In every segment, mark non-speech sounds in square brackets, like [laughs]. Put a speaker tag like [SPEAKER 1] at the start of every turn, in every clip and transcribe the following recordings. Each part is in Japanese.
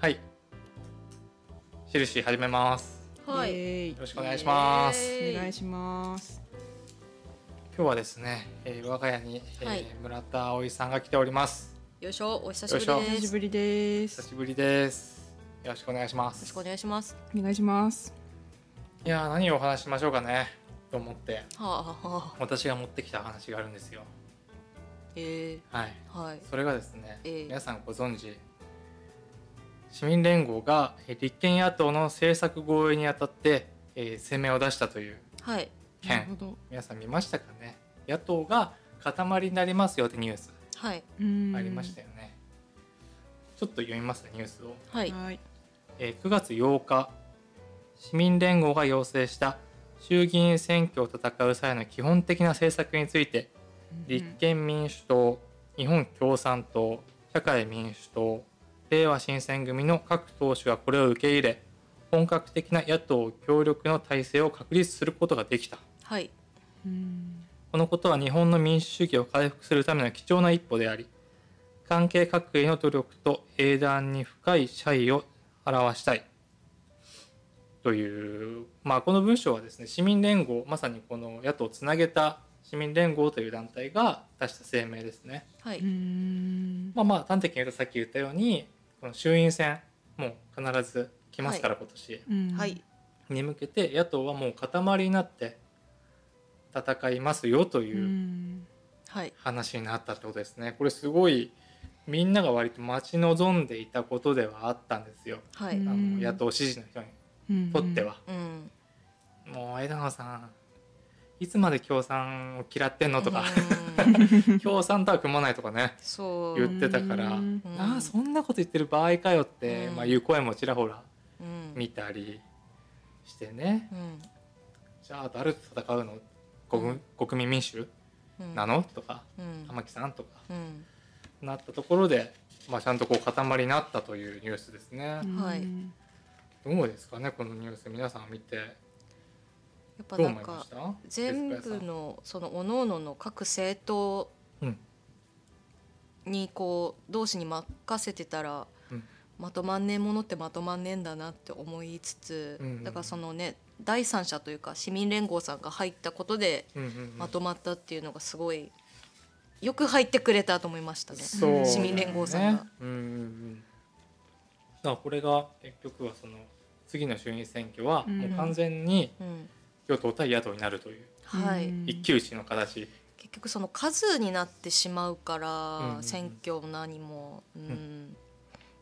[SPEAKER 1] はい。印始めます。
[SPEAKER 2] はい、
[SPEAKER 3] い
[SPEAKER 1] よろしくお願いします。
[SPEAKER 2] イエーイ
[SPEAKER 3] お願いします。
[SPEAKER 1] 今日はですね、えー、我が家に、えー
[SPEAKER 2] はい
[SPEAKER 1] 村田葵さんが来ております。
[SPEAKER 2] よいしょお久しぶり
[SPEAKER 1] よいしょ
[SPEAKER 3] お久
[SPEAKER 2] です
[SPEAKER 3] し
[SPEAKER 2] よ
[SPEAKER 3] ぶりで
[SPEAKER 1] 久
[SPEAKER 3] す。
[SPEAKER 1] しぶりです。よろしくお願いしま
[SPEAKER 2] ろし
[SPEAKER 1] す。
[SPEAKER 2] くお願いします
[SPEAKER 3] お願いします。
[SPEAKER 1] いやー何をお話ししましょうかねと思って、
[SPEAKER 2] はあはあ
[SPEAKER 1] 私が持ってきた話があるんですよ。
[SPEAKER 2] え
[SPEAKER 1] はい。
[SPEAKER 2] ー、はい
[SPEAKER 1] それがですね、
[SPEAKER 2] ええ
[SPEAKER 1] 皆さんご存知市民連合がえー立憲野党の政策合意にあたって、えー声明を出したという
[SPEAKER 2] はい
[SPEAKER 3] なるほ
[SPEAKER 1] 件
[SPEAKER 3] ど。
[SPEAKER 1] 皆さん見ましたかね野党が塊になりますよってニュース
[SPEAKER 2] はい
[SPEAKER 3] うん
[SPEAKER 1] ありましたよね、ちょっと読みますねニュースを、
[SPEAKER 2] はい
[SPEAKER 3] はい。
[SPEAKER 1] えー9月8日市民連合が要請した衆議院選挙を戦う際の基本的な政策について立憲民主党、日本共産党、社会民主党、令和新選組の各党首がこれを受け入れ、本格的な野党協力の体制を確立することができた。
[SPEAKER 2] はい
[SPEAKER 3] うん。
[SPEAKER 1] このことは日本の民主主義を回復するための貴重な一歩であり、関係各位の努力と英断に深い謝意を表したい。という、まあ、この文章はですね、市民連合、まさにこの野党をつなげた市民連合という団体が出した声明ですね。
[SPEAKER 2] は
[SPEAKER 3] う
[SPEAKER 2] い
[SPEAKER 3] ん。
[SPEAKER 1] まあまあ端的に言うとさっき言ったようにこの衆院選もう必ず来ますから、今年
[SPEAKER 3] うん
[SPEAKER 2] はい。
[SPEAKER 1] に向けて野党はもう塊になって戦いますよと
[SPEAKER 3] う。
[SPEAKER 1] いうん
[SPEAKER 2] はい
[SPEAKER 1] 話になったってことですね。これすごいみんなが割と待ち望んでいたことではあったんですよ。
[SPEAKER 2] は
[SPEAKER 1] あ
[SPEAKER 2] い
[SPEAKER 3] うん
[SPEAKER 1] の野党支持の人に
[SPEAKER 3] うん
[SPEAKER 1] とって。は。
[SPEAKER 2] うん
[SPEAKER 1] もう枝野さんいつまで共産を嫌ってんのとか、
[SPEAKER 2] う
[SPEAKER 1] [laughs]
[SPEAKER 2] ん [laughs]
[SPEAKER 1] 共産とは組まないとかね
[SPEAKER 2] そう
[SPEAKER 1] 言ってたから、
[SPEAKER 3] うん
[SPEAKER 1] ああそんなこと言ってる場合かよって、
[SPEAKER 2] うん
[SPEAKER 1] まあ、いう声もちらほら
[SPEAKER 2] うん
[SPEAKER 1] 見たりしてね
[SPEAKER 2] うん
[SPEAKER 1] じゃあ誰と戦うの国国民民主
[SPEAKER 2] うん
[SPEAKER 1] なのとか
[SPEAKER 2] うん
[SPEAKER 1] 玉木さんとか
[SPEAKER 2] うん
[SPEAKER 1] なったところで、まあ、ちゃんとこう塊になったというニュースですね、
[SPEAKER 2] はい
[SPEAKER 3] うん
[SPEAKER 1] どうですかねこのニュース皆さん見て
[SPEAKER 2] やっぱ
[SPEAKER 1] どう
[SPEAKER 2] な
[SPEAKER 1] 思
[SPEAKER 2] ん
[SPEAKER 1] いま
[SPEAKER 2] か
[SPEAKER 1] した
[SPEAKER 2] 全
[SPEAKER 1] 徹子屋
[SPEAKER 2] 部
[SPEAKER 1] さん
[SPEAKER 2] のその各々の各政党
[SPEAKER 1] うん
[SPEAKER 2] にこう同士に任せてたら
[SPEAKER 1] うん
[SPEAKER 2] まとまんねえものってまとまんねえんだなって思いつつ、
[SPEAKER 1] うん
[SPEAKER 2] だからそのね第三者というか市民連合さんが入ったことで
[SPEAKER 1] うんうんうん
[SPEAKER 2] まとまったっていうのがすごいよく入ってくれたと思いましたね。
[SPEAKER 1] そうだね
[SPEAKER 2] 市民連合さんが。
[SPEAKER 1] うんうんうん、だからこれが結局はその次の衆院選挙は
[SPEAKER 3] うん
[SPEAKER 1] もう完全に
[SPEAKER 2] うん
[SPEAKER 1] 与党対野党になるという
[SPEAKER 2] は
[SPEAKER 3] う
[SPEAKER 2] い、
[SPEAKER 3] ん
[SPEAKER 1] 一騎打ちの形、
[SPEAKER 2] 結局その数になってしまうか
[SPEAKER 1] うんうんう
[SPEAKER 2] ら
[SPEAKER 1] ん
[SPEAKER 2] 選挙も何も、うん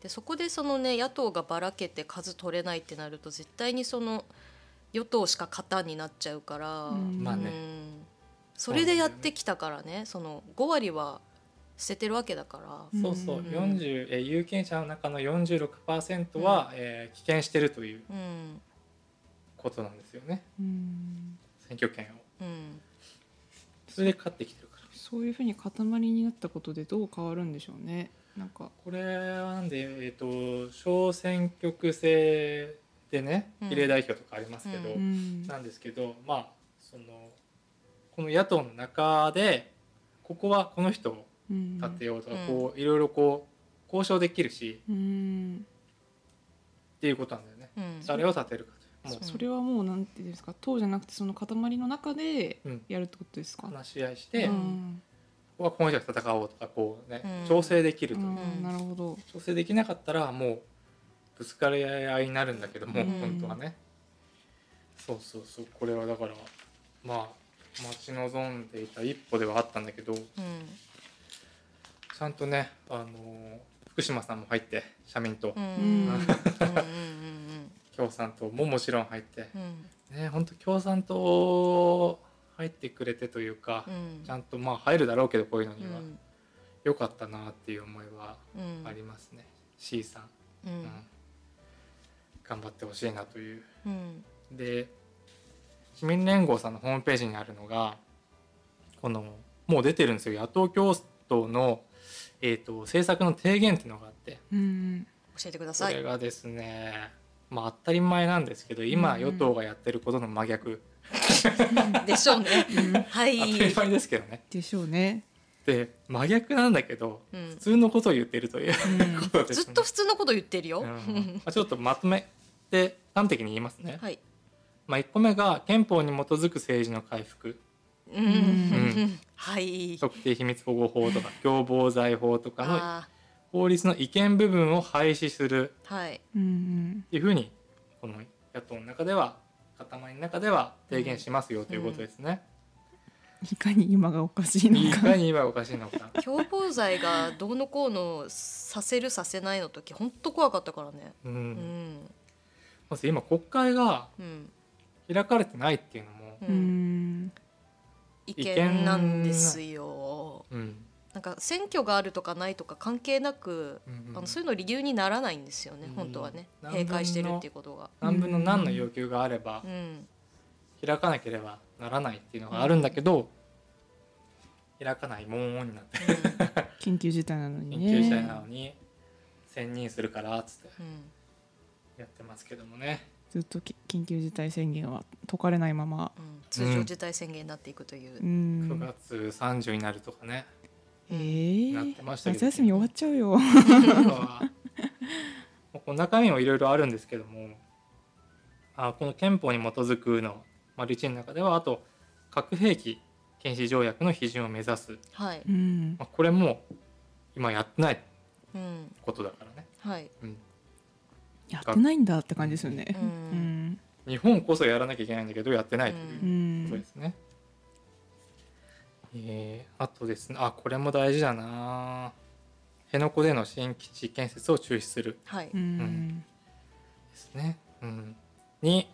[SPEAKER 2] でそこでそのね野党がばらけて数取れないってなると絶対にその与党しか勝たんになっちゃうから、
[SPEAKER 3] うん
[SPEAKER 1] まあね
[SPEAKER 2] うんそれでやってきたからねその5割は捨ててるわけだから、
[SPEAKER 3] ん
[SPEAKER 1] そうそう
[SPEAKER 3] うん
[SPEAKER 1] 40、えー有権者の中の46%は、えー棄権してるという
[SPEAKER 2] うん
[SPEAKER 1] ことなんですよね
[SPEAKER 3] うん
[SPEAKER 1] 選挙権を
[SPEAKER 2] うん、
[SPEAKER 1] それで勝ってきてるから
[SPEAKER 3] そういうふうに塊になったことでどう変わるんでしょうね。なんか。
[SPEAKER 1] これはなんで、えー、と小選挙区制でね
[SPEAKER 2] うん
[SPEAKER 1] 比例代表とかありますけど、
[SPEAKER 2] う
[SPEAKER 3] うん
[SPEAKER 1] なんですけどまあそのこの野党の中でここはこの人を
[SPEAKER 3] うん
[SPEAKER 1] 立てようとか、
[SPEAKER 2] うん
[SPEAKER 1] こういろいろこう交渉できるし
[SPEAKER 3] うん。
[SPEAKER 1] っていうことなんだよね、
[SPEAKER 2] うん
[SPEAKER 1] 誰を立てるかというもう
[SPEAKER 2] そう
[SPEAKER 3] それはもうなんていうんですか党じゃなくてその塊の中で
[SPEAKER 1] うん
[SPEAKER 3] やるってことですか、
[SPEAKER 1] 話し合いして、
[SPEAKER 3] う
[SPEAKER 1] こ
[SPEAKER 3] ん
[SPEAKER 1] こはこの人と戦おうとかこうね、
[SPEAKER 2] うん
[SPEAKER 1] 調整できるという、
[SPEAKER 3] うんなるほど
[SPEAKER 1] 調整できなかったらもうぶつかり合いになるんだけども、
[SPEAKER 2] うん
[SPEAKER 1] 本当はねそうそうそうこれはだからまあ待ち望んでいた一歩ではあったんだけど
[SPEAKER 2] うん
[SPEAKER 1] ちゃんとね、あのー福島さんも入って社民党、
[SPEAKER 2] うん
[SPEAKER 3] うん
[SPEAKER 2] うん
[SPEAKER 1] 共産党ももちろん入って
[SPEAKER 2] うんうんうん
[SPEAKER 1] ね本当共産党入ってくれてというか、
[SPEAKER 2] うん
[SPEAKER 1] ちゃんとまあ入るだろうけどこういうのに
[SPEAKER 2] う
[SPEAKER 1] は、
[SPEAKER 2] ん
[SPEAKER 1] 良かったなっていう思いは
[SPEAKER 2] うん
[SPEAKER 1] ありますね、C さん、
[SPEAKER 2] う
[SPEAKER 1] うんん頑張ってほしいなという
[SPEAKER 2] うん
[SPEAKER 1] で市民連合さんのホームページにあるのがこのもう出てるんですよ野党共闘の、えー、と政策の提言っていうのがあって
[SPEAKER 3] うん
[SPEAKER 2] 教えてくだ
[SPEAKER 1] そ
[SPEAKER 2] さ
[SPEAKER 1] れ
[SPEAKER 2] い。
[SPEAKER 1] がですねまあ当たり前なんですけど今、
[SPEAKER 3] うん
[SPEAKER 1] 与党がやってることの真逆
[SPEAKER 2] でしょうね。
[SPEAKER 3] うん
[SPEAKER 2] はい
[SPEAKER 1] 当。たり前ですけどね
[SPEAKER 3] でしょうね
[SPEAKER 1] で真逆なんだけど
[SPEAKER 2] うん
[SPEAKER 1] 普通のことを言っているという
[SPEAKER 3] うん
[SPEAKER 1] ことですね、
[SPEAKER 2] ずっと普通のこと言ってるよ。
[SPEAKER 1] うんまあちょっとまとめて端的に言いますね、
[SPEAKER 2] はい。
[SPEAKER 1] まあ、1個目が憲法に基づく政治の回復
[SPEAKER 2] うん
[SPEAKER 3] う
[SPEAKER 2] はい。
[SPEAKER 1] 特定秘密保護法とか共謀罪法とかの
[SPEAKER 2] あ
[SPEAKER 1] 法律の違憲部分を廃止する
[SPEAKER 2] ーはい。
[SPEAKER 3] うん
[SPEAKER 1] っていうふうにこの野党の中では塊の中では提言しますよということですね。
[SPEAKER 3] いかに今がおかしいの
[SPEAKER 1] い
[SPEAKER 3] か
[SPEAKER 1] かに今おかしいのか
[SPEAKER 2] 共謀罪がどうのこうのさせるさせないの時本当怖かったからね。
[SPEAKER 1] うん
[SPEAKER 2] うん
[SPEAKER 1] まず今国会が
[SPEAKER 2] うん
[SPEAKER 1] 開かれてないっていうのも、
[SPEAKER 2] う。
[SPEAKER 3] うんん
[SPEAKER 2] 違憲なんですよ。
[SPEAKER 1] うん
[SPEAKER 2] なんか選挙があるとかないとか関係なく、
[SPEAKER 1] うん
[SPEAKER 2] あのそういうの理由にならないんですよね、
[SPEAKER 1] うん
[SPEAKER 2] 本当はね
[SPEAKER 1] 何分
[SPEAKER 2] 閉
[SPEAKER 1] の
[SPEAKER 2] 会してるっていうことが。
[SPEAKER 1] 何分の何の要求があれば [laughs]
[SPEAKER 2] うん
[SPEAKER 1] 開かなければならないっていうのがあるんだけど、開かないもんになって
[SPEAKER 3] 緊急事態なのに
[SPEAKER 1] 緊
[SPEAKER 3] ね
[SPEAKER 1] 急事態なのに専任するからっつって
[SPEAKER 2] うんうん
[SPEAKER 1] やってますけどもね。
[SPEAKER 3] ずっとき緊急事態宣言は解かれないまま
[SPEAKER 2] うん通常事態宣言になっていくという、
[SPEAKER 3] うん
[SPEAKER 1] 9月30になるとか [laughs] ね、
[SPEAKER 3] え
[SPEAKER 1] なっ
[SPEAKER 3] ー
[SPEAKER 1] てましたけど
[SPEAKER 3] 夏休み終わっちゃうよ
[SPEAKER 1] なんかもうこの中身もいろいろあるんですけどもあこの憲法に基づくの丸1の中ではあと核兵器禁止条約の批准を目指す、
[SPEAKER 2] はい、
[SPEAKER 3] うん
[SPEAKER 1] まあ、これも今やってない
[SPEAKER 2] うん、
[SPEAKER 1] ことだからね、
[SPEAKER 2] はい、
[SPEAKER 1] うん、
[SPEAKER 3] やってないんだって感じですよね
[SPEAKER 2] う、
[SPEAKER 3] うんん
[SPEAKER 1] 日本こそやらなきゃいけないんだけどやってないと
[SPEAKER 3] う
[SPEAKER 1] いうんことですね、えーあとですねあこれも大事だな辺野古での新基地建設を中止する
[SPEAKER 2] はい、
[SPEAKER 3] うん
[SPEAKER 1] ですね。うん、に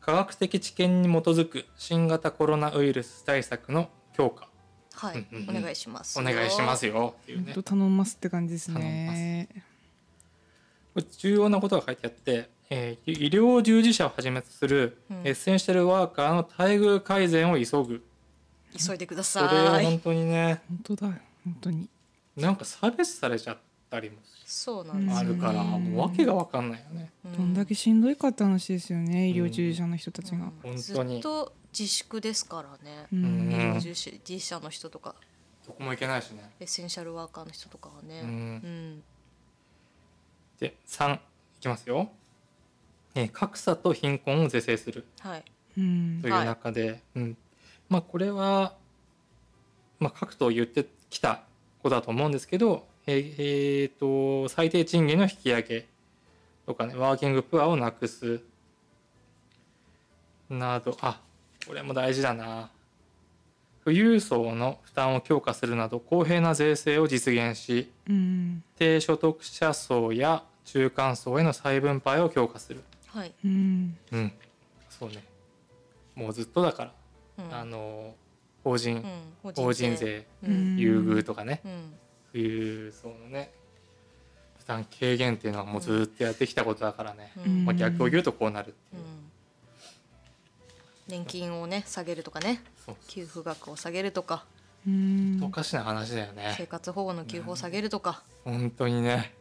[SPEAKER 1] 科学的知見に基づく新型コロナウイルス対策の強化
[SPEAKER 2] は
[SPEAKER 1] うん
[SPEAKER 2] い、
[SPEAKER 1] うん
[SPEAKER 2] お願いします。
[SPEAKER 1] お願いします
[SPEAKER 2] よ。
[SPEAKER 1] よっていう
[SPEAKER 3] ほ
[SPEAKER 1] ね
[SPEAKER 3] んと頼んますって感じですね
[SPEAKER 1] これ重要なことが書いてあって、えー医療従事者をはじめとする
[SPEAKER 2] うん
[SPEAKER 1] エッセンシャルワーカーの待遇改善を急ぐ、
[SPEAKER 2] 急いでくだ
[SPEAKER 1] これは
[SPEAKER 2] さい
[SPEAKER 1] 本。当にね
[SPEAKER 3] 本当だ本当に
[SPEAKER 1] なんか差別されちゃったりも
[SPEAKER 2] そうなんです
[SPEAKER 1] あ
[SPEAKER 2] よ
[SPEAKER 1] る
[SPEAKER 2] ね。
[SPEAKER 1] から、
[SPEAKER 3] うん
[SPEAKER 1] もう訳が分かんないよね。
[SPEAKER 2] う
[SPEAKER 3] どんだけしんどいかって話ですよね医療従事者の人たちが
[SPEAKER 1] 本
[SPEAKER 2] ず
[SPEAKER 1] 当
[SPEAKER 2] っ
[SPEAKER 1] に
[SPEAKER 2] と自粛ですからね。
[SPEAKER 3] う
[SPEAKER 1] うん
[SPEAKER 2] 医
[SPEAKER 3] ん
[SPEAKER 2] 療従事従事者の人とか、
[SPEAKER 1] どこも行けないしね。
[SPEAKER 2] エッセンシャルワーカーの人とかはね。
[SPEAKER 1] う、
[SPEAKER 2] うんん、
[SPEAKER 1] で3いきますよ、えー格差と貧困を是正する。
[SPEAKER 2] はい、
[SPEAKER 3] うん
[SPEAKER 1] という中で、うん、まあこれは、まあ、各党言ってきたことだと思うんですけど、えーえーと最低賃金の引き上げとかねワーキングプアをなくすなどあこれも大事だな富裕層の負担を強化するなど公平な税制を実現し
[SPEAKER 3] うん
[SPEAKER 1] 低所得者層や中間層への再分配を強化する、
[SPEAKER 2] はい、
[SPEAKER 3] うん
[SPEAKER 1] うん、そうねもうずっとだから
[SPEAKER 2] うん
[SPEAKER 1] あの法人、
[SPEAKER 2] うん
[SPEAKER 1] 法人、税
[SPEAKER 2] う
[SPEAKER 3] うん
[SPEAKER 2] ん
[SPEAKER 1] 優遇とかね、
[SPEAKER 2] うん
[SPEAKER 1] 富裕層のね負担軽減っていうのはもうずっとやってきたことだからね、
[SPEAKER 2] うん
[SPEAKER 1] まあ、逆を言うとこうなるって
[SPEAKER 2] う
[SPEAKER 1] いう、
[SPEAKER 2] ん年金をね下げるとかね
[SPEAKER 1] そう
[SPEAKER 2] 給付額を下げるとか
[SPEAKER 3] うん
[SPEAKER 1] おかしな話だよ
[SPEAKER 2] 生
[SPEAKER 1] ね
[SPEAKER 2] 活保護の給付を下げるとか、
[SPEAKER 1] 本当にね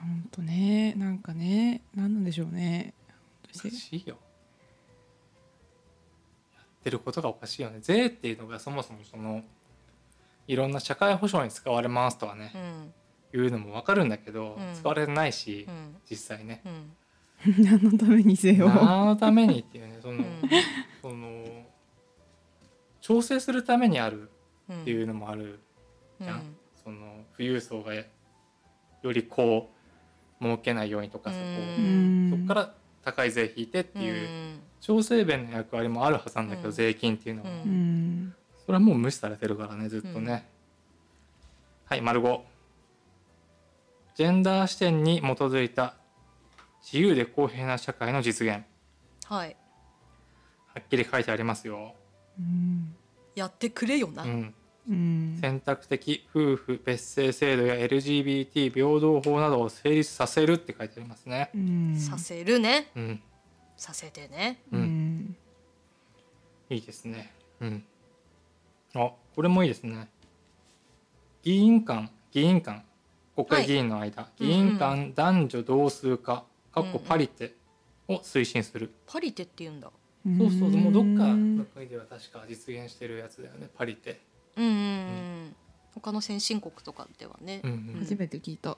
[SPEAKER 3] 本当ねなんかね何なんでしょうね
[SPEAKER 1] おかしいよやってることがおかしいよね税っていうのがそもそもそのいろんな社会保障に使われますとかね
[SPEAKER 2] う、ん
[SPEAKER 1] いうのも分かるんだけど、
[SPEAKER 2] うん
[SPEAKER 1] 使われてないし、
[SPEAKER 2] うん
[SPEAKER 1] 実際ね
[SPEAKER 2] うん
[SPEAKER 3] [laughs] 何のためにせよ
[SPEAKER 1] 何のためにっていうねその、
[SPEAKER 2] う
[SPEAKER 1] その調整するためにある
[SPEAKER 2] ん、
[SPEAKER 1] っていうのもある、
[SPEAKER 2] うん、
[SPEAKER 1] じゃんその富裕層がよりこう儲けないようにとかそこ
[SPEAKER 2] う
[SPEAKER 1] を
[SPEAKER 2] ん
[SPEAKER 1] そこから高い税引いてっていううん調整弁の役割もあるはずなんだけど、
[SPEAKER 2] うん
[SPEAKER 1] 税金っていうのは、
[SPEAKER 2] うん
[SPEAKER 3] うん
[SPEAKER 1] それはもう無視されてるからねずっとね、はい丸5ジェンダー視点に基づいた自由で公平な社会の実現は
[SPEAKER 2] は
[SPEAKER 1] っ
[SPEAKER 2] い
[SPEAKER 1] きり書いてありますよ、
[SPEAKER 3] うん
[SPEAKER 2] やってくれよな、
[SPEAKER 1] うん、
[SPEAKER 3] うん
[SPEAKER 1] 選択的夫婦別姓制度や LGBT 平等法などを成立させるって書いてありますね。
[SPEAKER 3] うん
[SPEAKER 2] させるね
[SPEAKER 1] うん、
[SPEAKER 2] させてね
[SPEAKER 1] う
[SPEAKER 3] うんん
[SPEAKER 1] いいですね。うん。あ、これもいいですね。議員間、議員間、国会議員の間、
[SPEAKER 2] い
[SPEAKER 1] 議員間、
[SPEAKER 2] う
[SPEAKER 1] 男女同数化、かっこ
[SPEAKER 2] うんうん
[SPEAKER 1] パリテを推進する。
[SPEAKER 2] パリテって言うんだ
[SPEAKER 1] そうそう、もうどっか
[SPEAKER 3] う
[SPEAKER 1] の
[SPEAKER 3] ん
[SPEAKER 1] 国では確か実現してるやつだよね、パリテ。
[SPEAKER 2] うんうんうん他の先進国とかではね、
[SPEAKER 1] うんう
[SPEAKER 2] うん
[SPEAKER 1] ん、
[SPEAKER 3] 初めて聞いた。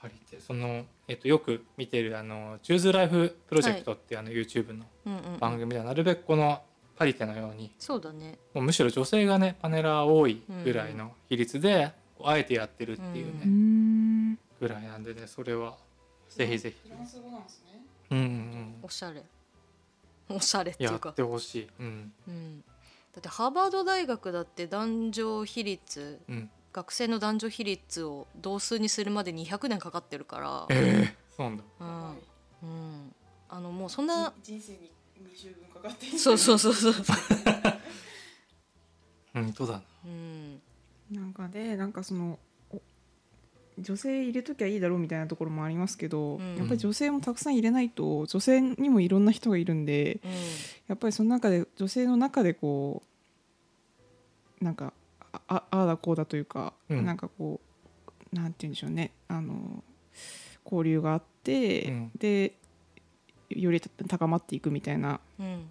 [SPEAKER 1] パリってその、えっと、よく見てるあの「チューズライフプロジェクト」っていうあの YouTube の
[SPEAKER 2] うんうんうん
[SPEAKER 1] 番組ではなるべくこのパリテのように
[SPEAKER 2] そうだね
[SPEAKER 1] もうむしろ女性がねパネラー多いぐらいの比率で、こうあえてやってるっていうね、
[SPEAKER 3] うーん。
[SPEAKER 1] ぐらいなんでねそれはぜひぜひ、
[SPEAKER 3] ランス語なんですね。
[SPEAKER 1] うんうん
[SPEAKER 2] おしゃれおしゃれってい
[SPEAKER 1] や
[SPEAKER 2] うか
[SPEAKER 1] ってほしい。うん
[SPEAKER 2] うん、だってハーバード大学だって男女比率
[SPEAKER 1] うん、
[SPEAKER 2] 学生の男女比率を同数にするまで200年かかってるから、
[SPEAKER 1] えー、そうなんだ
[SPEAKER 2] うんうん、あのもうそんな
[SPEAKER 3] 人生に二週分かかって
[SPEAKER 2] [laughs] そうそうそうそう、
[SPEAKER 1] 本当だな。
[SPEAKER 2] うん、
[SPEAKER 3] なんかでなんかそのお女性入れときゃいいだろうみたいなところもありますけど、
[SPEAKER 2] うん
[SPEAKER 3] やっぱり女性もたくさん入れないと女性にもいろんな人がいるんで
[SPEAKER 2] うん、
[SPEAKER 3] やっぱりその中で女性の中でこうなんかああああだこうだというか、
[SPEAKER 1] うん
[SPEAKER 3] なんかこうなんて言うんでしょうねあの交流があって、
[SPEAKER 1] うん
[SPEAKER 3] でより高まっていくみたいな
[SPEAKER 2] うん、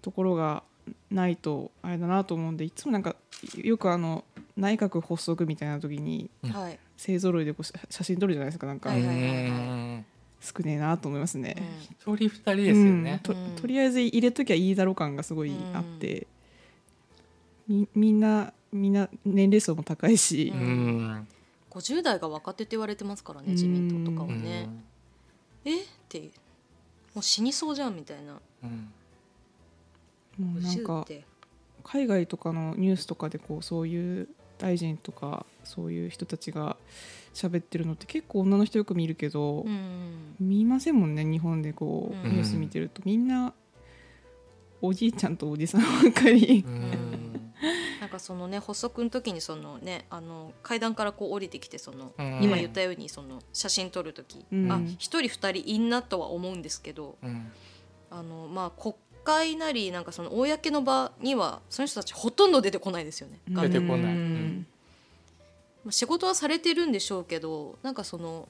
[SPEAKER 3] ところがないとあれだなと思うんでいつもなんかよくあの内閣発足みたいな時に
[SPEAKER 1] うん
[SPEAKER 2] はい、
[SPEAKER 3] 勢ぞろいでこう写写真撮るじゃないですかなんか、
[SPEAKER 2] はいはいはいはい
[SPEAKER 1] うん
[SPEAKER 3] 少ねえなと思いますね。
[SPEAKER 2] う
[SPEAKER 1] 一人二人ですよね。
[SPEAKER 3] うん
[SPEAKER 2] うん
[SPEAKER 3] ととりあえず入れときゃいいだろう感がすごいあって、みみんなみんな年齢層も高いし
[SPEAKER 1] う
[SPEAKER 2] うん
[SPEAKER 1] ん、
[SPEAKER 2] ん、50代が若手って言われてますからね自民党とかは
[SPEAKER 1] うん
[SPEAKER 2] ね、えっていうもう死にそうじゃんみたいな
[SPEAKER 1] うん
[SPEAKER 3] もうなん
[SPEAKER 2] 50っ
[SPEAKER 3] か
[SPEAKER 2] て
[SPEAKER 3] 海外とかのニュースとかでこうそういう大臣とかそういう人たちが喋ってるのって結構女の人よく見るけど、
[SPEAKER 2] うん
[SPEAKER 3] 見ませんもんね日本でこう、
[SPEAKER 2] うん
[SPEAKER 3] ニュース見てるとみんなおじいちゃんとおじさんばっかり
[SPEAKER 1] う、ん
[SPEAKER 2] なんかそのね発足の時にそのねあの階段からこう降りてきてその、
[SPEAKER 1] うん
[SPEAKER 2] [laughs] 今言ったようにその写真撮る時、
[SPEAKER 3] うん
[SPEAKER 2] あ一人二人いんなとは思うんですけど
[SPEAKER 1] うん
[SPEAKER 2] あのまあ国会なりなんかその公の場にはその人たちほとんど出てこないですよね。画
[SPEAKER 1] 出
[SPEAKER 2] 面
[SPEAKER 1] てこない
[SPEAKER 3] うん
[SPEAKER 2] まあ仕事はされてるんでしょうけどなんかその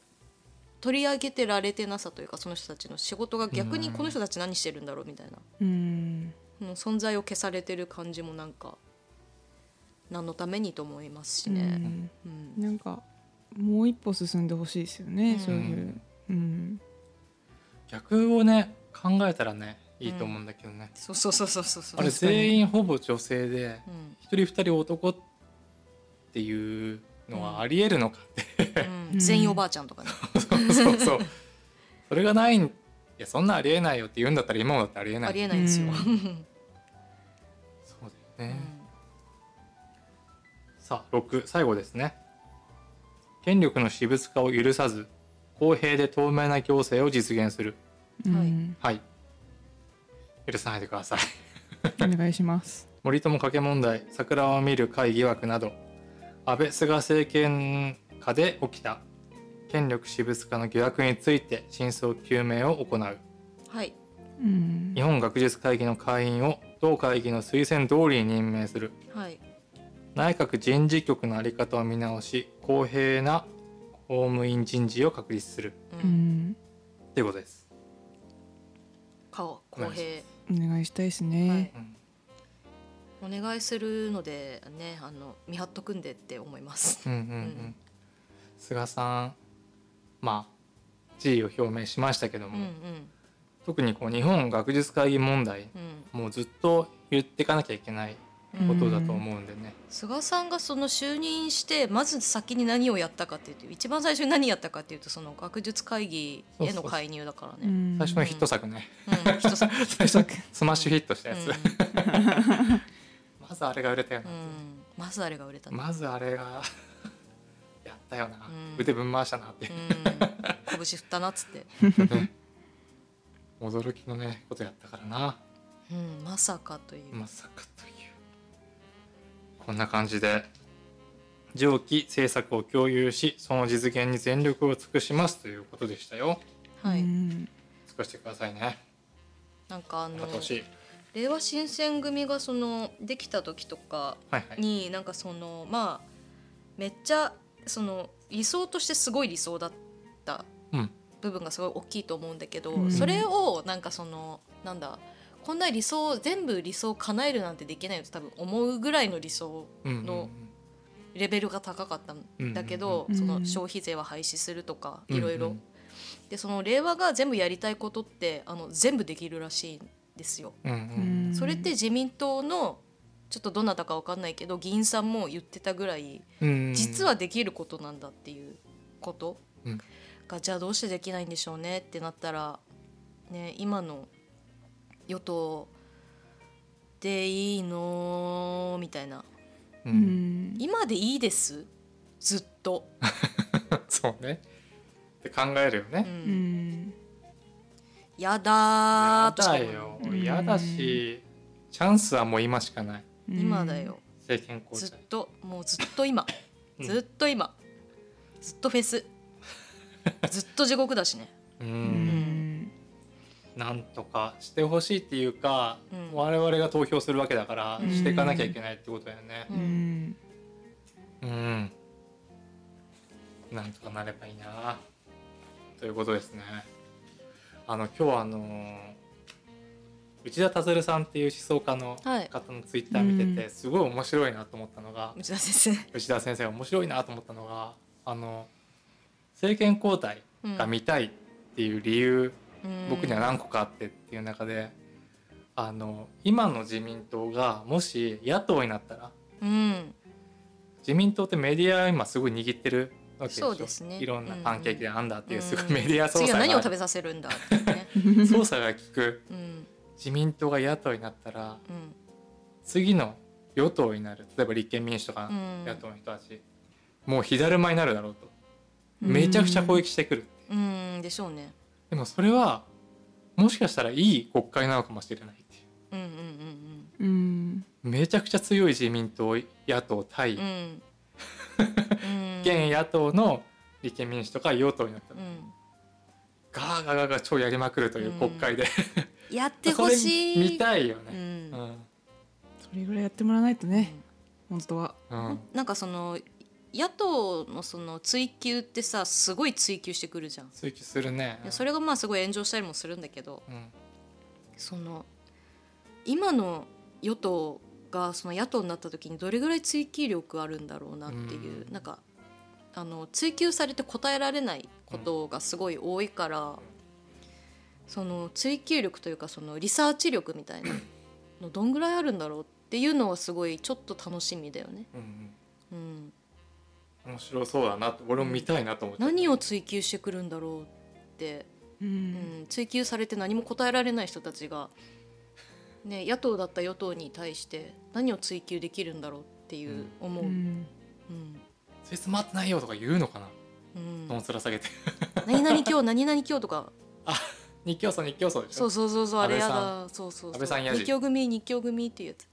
[SPEAKER 2] 取り上げてられてなさというかその人たちの仕事が逆に
[SPEAKER 1] うん
[SPEAKER 2] この人たち何してるんだろうみたいな、
[SPEAKER 3] うん
[SPEAKER 2] もう存在を消されてる感じもなんか何のためにと思いますし
[SPEAKER 3] う
[SPEAKER 2] ね。
[SPEAKER 3] ん
[SPEAKER 2] うん
[SPEAKER 3] なんかもう一歩進んでほしいですよね、
[SPEAKER 2] うん
[SPEAKER 3] そういう、うん、
[SPEAKER 1] 逆をね考えたらねいいと思うんだけどね。
[SPEAKER 2] そうそうそうそうそうそう
[SPEAKER 1] あれ
[SPEAKER 3] 確かに
[SPEAKER 1] 全員ほぼ女性で
[SPEAKER 2] うん
[SPEAKER 1] 一人二人男っていうのはありえるのかって、
[SPEAKER 2] うん全員おばあちゃんとかね。
[SPEAKER 1] そうそうそれがないんいやそんなありえないよって言うんだったら今もだってありえない
[SPEAKER 2] ありえないですよ。
[SPEAKER 3] う
[SPEAKER 1] そうだよね、さあ6最後ですね権力の私物化を許さず公平で透明な行政を実現する
[SPEAKER 2] は
[SPEAKER 1] はい許さないでください
[SPEAKER 3] うんお願いします。
[SPEAKER 1] 森友掛け問題桜を見る会疑惑など安倍菅政権下で起きた権力私物化の疑惑について真相究明を行う
[SPEAKER 2] はい。
[SPEAKER 3] うん
[SPEAKER 1] 日本学術会議の会員を同会議の推薦通りに任命する
[SPEAKER 2] はい。
[SPEAKER 1] 内閣人事局の在り方を見直し公平な公務員人事を確立する
[SPEAKER 2] う。
[SPEAKER 3] うんん
[SPEAKER 1] ということです。
[SPEAKER 2] 顔公平
[SPEAKER 3] お願いしたいですね。
[SPEAKER 1] うん
[SPEAKER 2] お願いするのでねあの見張っとくんでって思います。
[SPEAKER 1] うんうんうん、菅さんまあ辞意を表明しましたけど
[SPEAKER 2] うん
[SPEAKER 1] も、
[SPEAKER 2] うん
[SPEAKER 1] 特にこう日本学術会議問題
[SPEAKER 2] うん
[SPEAKER 1] もうずっと言っていかなきゃいけない
[SPEAKER 2] うん
[SPEAKER 1] ことだと思うんでね、
[SPEAKER 2] 菅さんがその就任してまず先に何をやったかっていうと一番最初に何やったかっていうとその学術会議への介入だからね。うん
[SPEAKER 1] 最初のヒット作ね、
[SPEAKER 2] 人さ
[SPEAKER 1] 最初のスマッシュヒットしたやつ、
[SPEAKER 2] う
[SPEAKER 1] まずあれが売れたよ
[SPEAKER 2] んう
[SPEAKER 1] な、
[SPEAKER 2] んまずあれが売れたね。
[SPEAKER 1] まずあれがやったよな、
[SPEAKER 2] うん
[SPEAKER 1] 腕ぶん回したなっていうう、
[SPEAKER 2] ん。拳振ったなっつって。
[SPEAKER 1] ね驚きのねことやったからな
[SPEAKER 2] うんまさかという。
[SPEAKER 1] まさかというこんな感じで上記政策を共有しその実現に全力を尽くしますということでしたよ
[SPEAKER 3] う
[SPEAKER 2] はい。
[SPEAKER 3] ん
[SPEAKER 1] 尽くしてくださいね
[SPEAKER 2] なんかあの
[SPEAKER 1] 楽しい
[SPEAKER 2] 令和新選組がそのできた時とか
[SPEAKER 1] はいはい
[SPEAKER 2] になんかそのまあめっちゃその理想としてすごい理想だった
[SPEAKER 1] うん
[SPEAKER 2] 部分がすごい大きいと思うんだけど、
[SPEAKER 3] うん
[SPEAKER 2] それをなんかそのなんだこんな理想全部理想叶えるなんてできないよって多分思うぐらいの理想
[SPEAKER 1] うんうんう
[SPEAKER 2] の
[SPEAKER 1] ん
[SPEAKER 2] レベルが高かったんだけど、
[SPEAKER 3] うんうん
[SPEAKER 2] そ
[SPEAKER 3] うん
[SPEAKER 2] の消費税は廃止するとかいろい
[SPEAKER 1] うんう
[SPEAKER 2] ろ
[SPEAKER 1] ん
[SPEAKER 2] でその令和が全部やりたいことってあの全部できるらしいんですよ。
[SPEAKER 1] うんうん
[SPEAKER 2] それって自民党のちょっとどなたかわかんないけど議員さんも言ってたぐらい
[SPEAKER 1] うん
[SPEAKER 2] 実はできることなんだっていうこと
[SPEAKER 1] うん
[SPEAKER 2] がじゃあどうしてできないんでしょうねってなったら、ね、今の与党でいいのみたいな
[SPEAKER 1] う
[SPEAKER 3] うんん
[SPEAKER 2] 今でいいですずっと、
[SPEAKER 1] [laughs] そうねって考えるよ
[SPEAKER 2] う、
[SPEAKER 1] ね
[SPEAKER 3] うんん
[SPEAKER 2] やだ
[SPEAKER 1] や
[SPEAKER 2] ーとし
[SPEAKER 1] だ
[SPEAKER 2] か思う
[SPEAKER 1] よ
[SPEAKER 3] うん
[SPEAKER 1] やだしチャンスはもう今しかない
[SPEAKER 2] 今だよ
[SPEAKER 1] 政権
[SPEAKER 2] ず
[SPEAKER 1] 交
[SPEAKER 2] っ
[SPEAKER 1] 代
[SPEAKER 2] ともうずっと今
[SPEAKER 1] うん
[SPEAKER 2] ずっと今ずっとフ
[SPEAKER 1] [laughs]
[SPEAKER 2] ェスずっと地獄だしね
[SPEAKER 1] う
[SPEAKER 3] うんん
[SPEAKER 1] なんとかしてほしいっていうか、
[SPEAKER 2] うん
[SPEAKER 1] 我々が投票するわけだから、
[SPEAKER 2] うん
[SPEAKER 1] していかなきゃいけないってことだよね
[SPEAKER 3] うん
[SPEAKER 1] う
[SPEAKER 3] うん
[SPEAKER 1] ん、なんとかなればいいなということですねあの今日はあのー内田達郎さんっていう思想家の
[SPEAKER 2] はい
[SPEAKER 1] 方のツイッター見てて、
[SPEAKER 3] うん
[SPEAKER 1] すごい面白いなと思ったのが、
[SPEAKER 2] 内田先生
[SPEAKER 1] 内田先生が面白いなと思ったのがあの政権交代が見たいっていう理由、僕には何個かあってっていう中であの今の自民党がもし野党になったら
[SPEAKER 2] うん、うん
[SPEAKER 1] 自民党ってメディア今すごい握ってるわけでしょ
[SPEAKER 2] そうですね
[SPEAKER 1] いろんなパンケーキであんだっていうすごい
[SPEAKER 2] うん
[SPEAKER 1] メディア操
[SPEAKER 2] 次
[SPEAKER 1] 作
[SPEAKER 2] は何を食
[SPEAKER 1] が
[SPEAKER 2] べさせるんだっていうね
[SPEAKER 1] 操作が効く
[SPEAKER 2] うん
[SPEAKER 1] 自民党が野党になったら
[SPEAKER 2] うん
[SPEAKER 1] 次の与党になる例えば立憲民主とか
[SPEAKER 2] うん
[SPEAKER 1] 野党の人たち、もう火だるまになるだろうと
[SPEAKER 3] うん
[SPEAKER 1] めちゃくちゃ攻撃してくる、
[SPEAKER 2] うんでしょうね
[SPEAKER 1] でもそれはもしかしたらいい国会なのかもしれないっていう
[SPEAKER 2] うんうんうん
[SPEAKER 3] うん
[SPEAKER 1] めちゃくちゃ強い自民党野党対、
[SPEAKER 2] うんうんうん
[SPEAKER 1] 現野党の立憲民主とか与党になった
[SPEAKER 2] う
[SPEAKER 1] ら、
[SPEAKER 2] ん
[SPEAKER 1] ガーガーガーガー超やりまくるという国会で、
[SPEAKER 2] やってほし
[SPEAKER 1] それ見
[SPEAKER 2] い
[SPEAKER 1] たいよ
[SPEAKER 2] う
[SPEAKER 1] ね、うんん
[SPEAKER 3] それぐらいやってもらわないとね本当は
[SPEAKER 1] うん
[SPEAKER 2] なんかその野党のその追及ってさすごい追及してくるじゃん
[SPEAKER 1] 追求するね
[SPEAKER 2] いやそれがまあすごい炎上したりもするんだけど
[SPEAKER 1] うん
[SPEAKER 2] その今の与党がその野党になった時にどれぐらい追及力あるんだろうなっていう、
[SPEAKER 1] うん
[SPEAKER 2] なんかあの追及されて答えられないことがすごい多いから、その追及力というかそのリサーチ力みたいなのどんぐらいあるんだろうっていうのはすごいちょっと楽しみだよね。
[SPEAKER 1] うん
[SPEAKER 2] うん、
[SPEAKER 1] うん面白そうだなって俺も見たいなと思って、
[SPEAKER 2] 何を追及してくるんだろうって
[SPEAKER 3] う
[SPEAKER 2] うん、追及されて何も答えられない人たちが、ね、野党だった与党に対して何を追及できるんだろうっていう思う、うん
[SPEAKER 3] ん
[SPEAKER 1] そいつ待ってないよとか言うのかな、
[SPEAKER 2] うん
[SPEAKER 1] ノンスラ下げて [laughs]
[SPEAKER 2] 何々今日何々今日とか
[SPEAKER 1] 日教祖日教祖でし
[SPEAKER 2] そ
[SPEAKER 1] ょ
[SPEAKER 2] うそうそうそうあ
[SPEAKER 1] 安
[SPEAKER 2] れ
[SPEAKER 1] 倍さ
[SPEAKER 2] や
[SPEAKER 1] ん
[SPEAKER 2] だそうそう
[SPEAKER 1] 安倍さ
[SPEAKER 2] そうん
[SPEAKER 1] やじ
[SPEAKER 2] 二強組二強組っていうやつ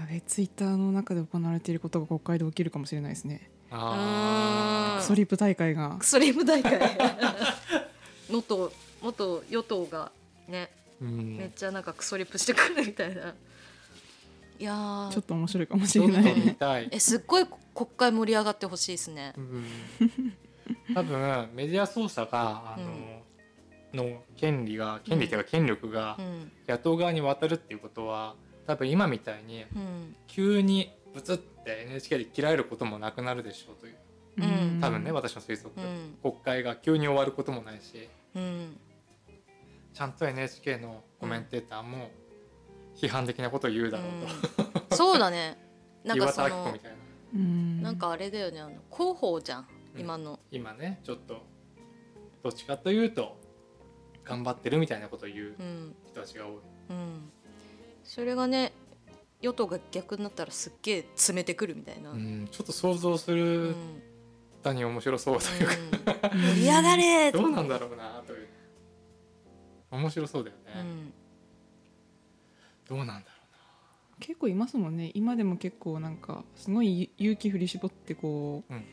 [SPEAKER 3] やべツイッターの中で行われていることが国会で起きるかもしれないですね
[SPEAKER 1] あ
[SPEAKER 3] ク
[SPEAKER 1] ー
[SPEAKER 3] ソリップ大会が
[SPEAKER 2] クソリ
[SPEAKER 1] [laughs]
[SPEAKER 2] ム大会元元与党がね
[SPEAKER 1] うん
[SPEAKER 2] めっちゃなんかクソリップしてくるみたいないやー
[SPEAKER 3] ちょっと面白いかもし
[SPEAKER 1] ちょ
[SPEAKER 3] れ
[SPEAKER 1] っ
[SPEAKER 3] な
[SPEAKER 1] と
[SPEAKER 3] い
[SPEAKER 1] 見たい
[SPEAKER 2] えすっごい国会盛り上がってほしいですね
[SPEAKER 1] う、ん多分メディア操作があの、の権利が権利というか権力が
[SPEAKER 2] うん
[SPEAKER 1] 野党側に渡るっていうことは多分今みたいに
[SPEAKER 2] うん、
[SPEAKER 1] 急にブツって NHK で切られることもなくなるでしょうという多分ね、私の推測、
[SPEAKER 2] うん
[SPEAKER 1] 国会が急に終わることもないし
[SPEAKER 2] うん
[SPEAKER 1] ちゃんと NHK のコメンテーターも批判的なことを言うだろうと、
[SPEAKER 2] うん、そうだねなんか
[SPEAKER 1] 岩
[SPEAKER 2] そ
[SPEAKER 1] 田明子
[SPEAKER 2] の
[SPEAKER 1] みたいな
[SPEAKER 2] なんかあれだよねあの広報じゃん
[SPEAKER 1] うん
[SPEAKER 2] 今の、
[SPEAKER 1] 今ねちょっとどっちかというと頑張ってるみたいなことを言う
[SPEAKER 2] うん
[SPEAKER 1] 人たちが多い。
[SPEAKER 2] うん、それがね与党が逆になったらすっげえ詰めてくるみたいな、う
[SPEAKER 1] うんん、ちょっと想像す
[SPEAKER 2] うん
[SPEAKER 1] るだに面白そうというか、
[SPEAKER 2] 盛り上がれ
[SPEAKER 1] どうなんだろうなという面白そうだよ
[SPEAKER 2] う
[SPEAKER 1] ね、
[SPEAKER 2] ん
[SPEAKER 1] どうなんだ
[SPEAKER 3] 結構いますもんね今でも結構なんかすごい勇気振り絞ってこう、
[SPEAKER 1] うん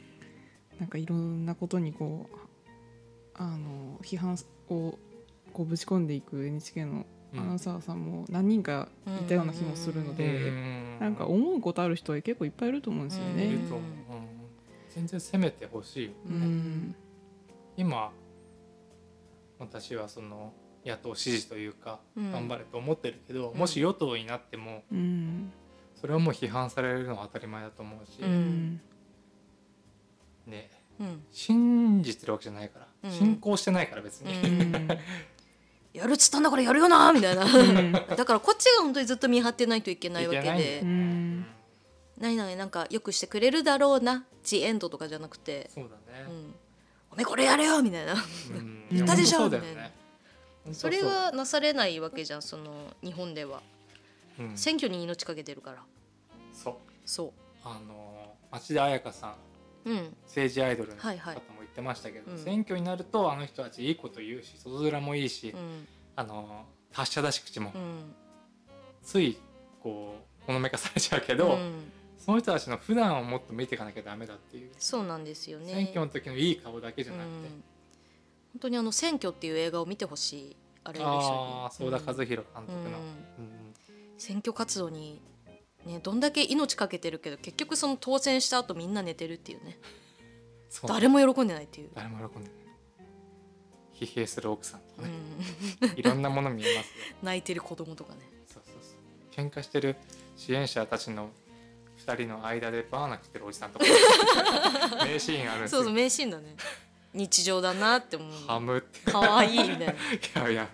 [SPEAKER 3] なんかいろんなことにこうあの批判をこうぶち込んでいく NHK の
[SPEAKER 1] ろう
[SPEAKER 3] ア
[SPEAKER 1] な、
[SPEAKER 3] ナウンサーさんも何人かいたような気もするの
[SPEAKER 1] う
[SPEAKER 3] で、
[SPEAKER 1] ん
[SPEAKER 3] なんか思うことある人は結構いっぱいいると思うんですよ
[SPEAKER 1] いる
[SPEAKER 3] ね。
[SPEAKER 1] と思う、うん全然攻めてほしいよね、
[SPEAKER 2] うん
[SPEAKER 1] 今私はその野党支持というか
[SPEAKER 2] うん
[SPEAKER 1] 頑張れと思ってるけど、
[SPEAKER 2] うん
[SPEAKER 1] もし与党になっても
[SPEAKER 3] うん
[SPEAKER 1] それはもう批判されるのは当たり前だと思うし、
[SPEAKER 2] う
[SPEAKER 3] うんん
[SPEAKER 1] ね
[SPEAKER 2] うん
[SPEAKER 1] 信じてるわけじゃないから、
[SPEAKER 2] うん
[SPEAKER 1] 信仰してないから別に、
[SPEAKER 2] うんやるっつったんだからやるよなみたいなだからこっちが本当にずっと見張ってないといけないわけ
[SPEAKER 1] いけないんだよ
[SPEAKER 2] で
[SPEAKER 3] う
[SPEAKER 1] うん
[SPEAKER 3] ん
[SPEAKER 2] 何々なんかよくしてくれるだろうなジエンドとかじゃなくて、
[SPEAKER 1] そうだ
[SPEAKER 2] う
[SPEAKER 1] ね、
[SPEAKER 2] ん、おめえこれやれよみたいな
[SPEAKER 1] うん
[SPEAKER 3] 言ったでし
[SPEAKER 2] ょ
[SPEAKER 1] いや本当そうだよ
[SPEAKER 2] みたいな
[SPEAKER 1] ね本当
[SPEAKER 2] そうれはなされないわけじゃんその日本では
[SPEAKER 1] うん
[SPEAKER 2] 選挙に命かけてるから
[SPEAKER 1] そう
[SPEAKER 2] そ
[SPEAKER 1] あの町田彩香さん
[SPEAKER 2] ううん
[SPEAKER 1] 政治アイドルの方
[SPEAKER 2] はいはい
[SPEAKER 1] も言ってましたけど、
[SPEAKER 2] うん
[SPEAKER 1] 選挙になるとあの人たちいいこと言うし外面もいいし、
[SPEAKER 2] うん
[SPEAKER 1] あの達者だし口も、
[SPEAKER 2] うん
[SPEAKER 1] ついこうほのめかされちゃうけど、
[SPEAKER 2] うん
[SPEAKER 1] その人たちの普段をもっと見ていかなきゃダメだっていう、
[SPEAKER 2] そうなんですよね
[SPEAKER 1] 選挙の時のいい顔だけじゃなく
[SPEAKER 2] うん
[SPEAKER 1] て、
[SPEAKER 2] 本当にあの選挙っていう映画を見てほしいあれ
[SPEAKER 1] ああ相田和
[SPEAKER 2] 和
[SPEAKER 1] 弘監督
[SPEAKER 2] うん
[SPEAKER 1] の、
[SPEAKER 2] 選挙活動にねどんだけ命かけてるけど結局その当選した後みんな寝てるっていうね
[SPEAKER 1] そう
[SPEAKER 2] 誰も喜んでないっ
[SPEAKER 1] [laughs]
[SPEAKER 2] ていう、
[SPEAKER 1] 誰も喜んでない疲弊する奥さんと
[SPEAKER 2] う
[SPEAKER 1] かね、
[SPEAKER 2] ん、 [laughs]
[SPEAKER 1] いろんなもの見えますよ
[SPEAKER 2] 泣いてる子供とかね [laughs]
[SPEAKER 1] そうそうそう喧嘩してる支援者たちの二人の間でバーナ切ってるおじさん
[SPEAKER 2] [laughs]
[SPEAKER 1] とか名シーンあるんです
[SPEAKER 2] そう
[SPEAKER 1] よ
[SPEAKER 2] そう名シーンだね日常だなって思
[SPEAKER 1] ハ
[SPEAKER 2] う
[SPEAKER 1] ムって
[SPEAKER 2] かわいいみたいな、
[SPEAKER 1] いやいや